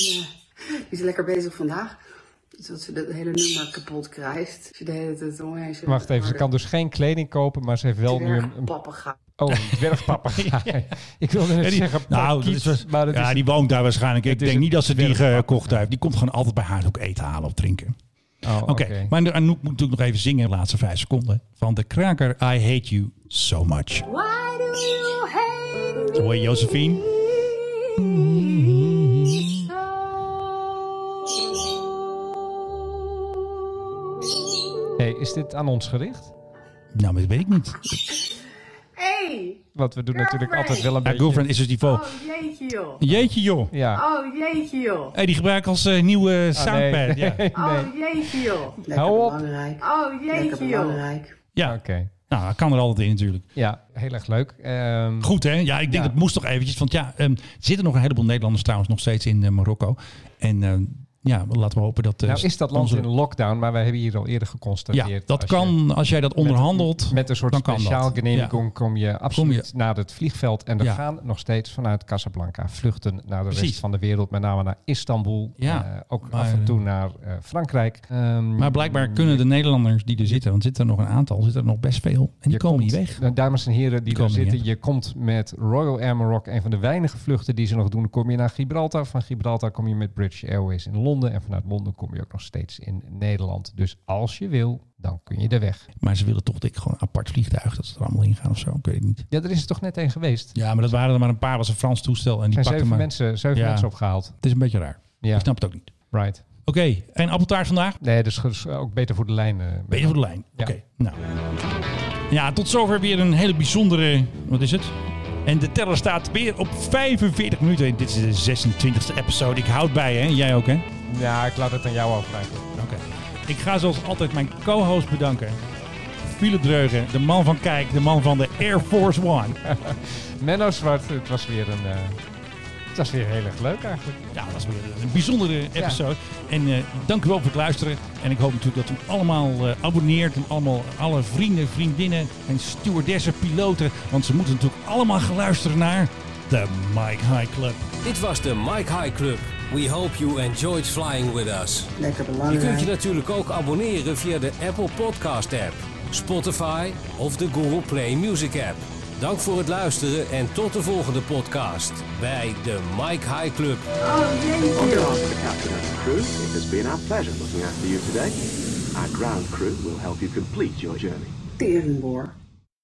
L: die is lekker bezig vandaag. Dus dat ze dat hele nummer kapot krijgt. Als je de hele tijd omheen zit.
B: Wacht even, ze kan dus geen kleding kopen, maar ze heeft wel nu een... een
L: Papagaai.
B: oh, een dwergpapegaai. Ik wilde net
A: Ja, die-
B: zeggen
A: nou,
B: pakiet,
A: dat is-
B: maar dat
A: ja,
B: is-
A: die woont daar waarschijnlijk. Ik
B: Het is
A: denk
B: een
A: niet dat ze die
B: dwergpak.
A: gekocht heeft. Die komt gewoon altijd bij haar ook eten halen of drinken.
B: Oh,
A: Oké, maar de- Anouk moet natuurlijk nog even zingen de laatste vijf seconden. Van de kraker I Hate You So
K: Why
A: Much.
K: do you hate
A: Hoor je Josephine?
K: me so?
B: Hey, is dit aan ons gericht?
A: Nou, maar dat weet ik niet.
K: Hey!
B: Want we doen natuurlijk altijd wel een
A: Ja,
B: beetje...
A: girlfriend is dus die vol.
K: Oh jeetje joh.
A: Jeetje joh.
B: Ja.
K: Oh jeetje joh.
A: Hey, die gebruik ik als eh,
B: Ah,
A: nieuwe soundpad. Ja.
K: Oh jeetje joh.
B: Hou op.
L: Belangrijk.
K: Oh jeetje joh.
L: Belangrijk.
A: ja.
B: Oké.
A: Nou, dat kan er altijd in natuurlijk.
B: Ja, heel erg leuk. Ehm,
A: Goed hè? Ja, ik denk
B: Ja.
A: dat moest toch eventjes. Want ja, ehm, er zitten nog een heleboel Nederlanders trouwens nog steeds in eh, Marokko. En ehm, ja, laten we hopen dat... eh,
B: nou is dat land
A: onze-
B: in lockdown, maar we hebben hier al eerder geconstateerd.
A: Ja, dat
B: als
A: kan
B: je
A: als jij dat onderhandelt.
B: Met, met een soort
A: dan kan dat.
B: speciaal genehmiging kom je absoluut
A: Kom
B: naar het vliegveld. En er
A: Ja.
B: gaan nog steeds vanuit Casablanca vluchten naar de
A: Precies.
B: rest van de wereld. Met name naar Istanbul.
A: Ja,
B: eh, ook
A: maar,
B: af en toe naar eh, Frankrijk. Ehm,
A: Maar blijkbaar kunnen de Nederlanders die er zitten, want zitten er nog een aantal, zitten er nog best veel. En die
B: je
A: komen
B: komt-
A: niet weg.
B: Nou, Dames en heren die
A: Die
B: daar
A: komen niet
B: zitten, je komt met Royal Air Maroc, een van de weinige vluchten die ze nog doen. Dan kom je naar Gibraltar. Van Gibraltar kom je met British Airways in Londen. En vanuit Londen kom je ook nog steeds in Nederland. Dus als je wil, dan kun je er weg.
A: Maar ze willen toch dat ik gewoon een apart vliegtuig, dat ze er allemaal in gaan of zo. Ik weet het niet. Dus
B: Ja, er is er toch net één geweest.
A: Ja, maar dat waren er maar een paar, was een Frans toestel. En
B: Er
A: die
B: zijn
A: pakten
B: zeven,
A: maar.
B: mensen, zeven
A: Ja.
B: mensen opgehaald.
A: Het is een beetje raar.
B: Ja.
A: Ik snap het ook niet.
B: Right.
A: Oké, geen appeltaart vandaag?
B: Nee, dus dus ook beter voor de lijn. eh.
A: Beter voor de lijn.
B: Ja.
A: Oké, nou. Ja, tot zover weer een hele bijzondere... Wat is het? En de teller staat weer op 45 minuten. En dit is de 26e episode. Ik houd bij, hè? Jij ook, hè?
B: Ja, ik laat het aan jou overlaten.
A: Oké. Ik ga zoals altijd mijn co-host bedanken. Philip Dreugen, de man van Kijk, de man van de Air Force One.
B: Menno Zwart, het was weer een... eh, het was weer heel erg leuk eigenlijk.
A: Ja, dat was weer een bijzondere episode. En eh, dank u wel voor het luisteren. En ik hoop natuurlijk dat u allemaal eh, abonneert. En allemaal alle vrienden, vriendinnen en stewardessen, piloten. Want ze moeten natuurlijk allemaal gaan luisteren naar de Mike High Club.
E: Dit was de Mike High Club. We hope you enjoyed flying with us.
L: Lekker
E: Je kunt
L: belangrijk.
E: je natuurlijk ook abonneren via de Apple Podcast app, Spotify of de Google Play Music app. Dank voor het luisteren en tot de volgende podcast bij de Mike High Club.
K: Oh jeetje joh.
M: Captain of the crew, it has been our pleasure looking after you today. Our ground crew will help you complete your journey.
L: Teringboor.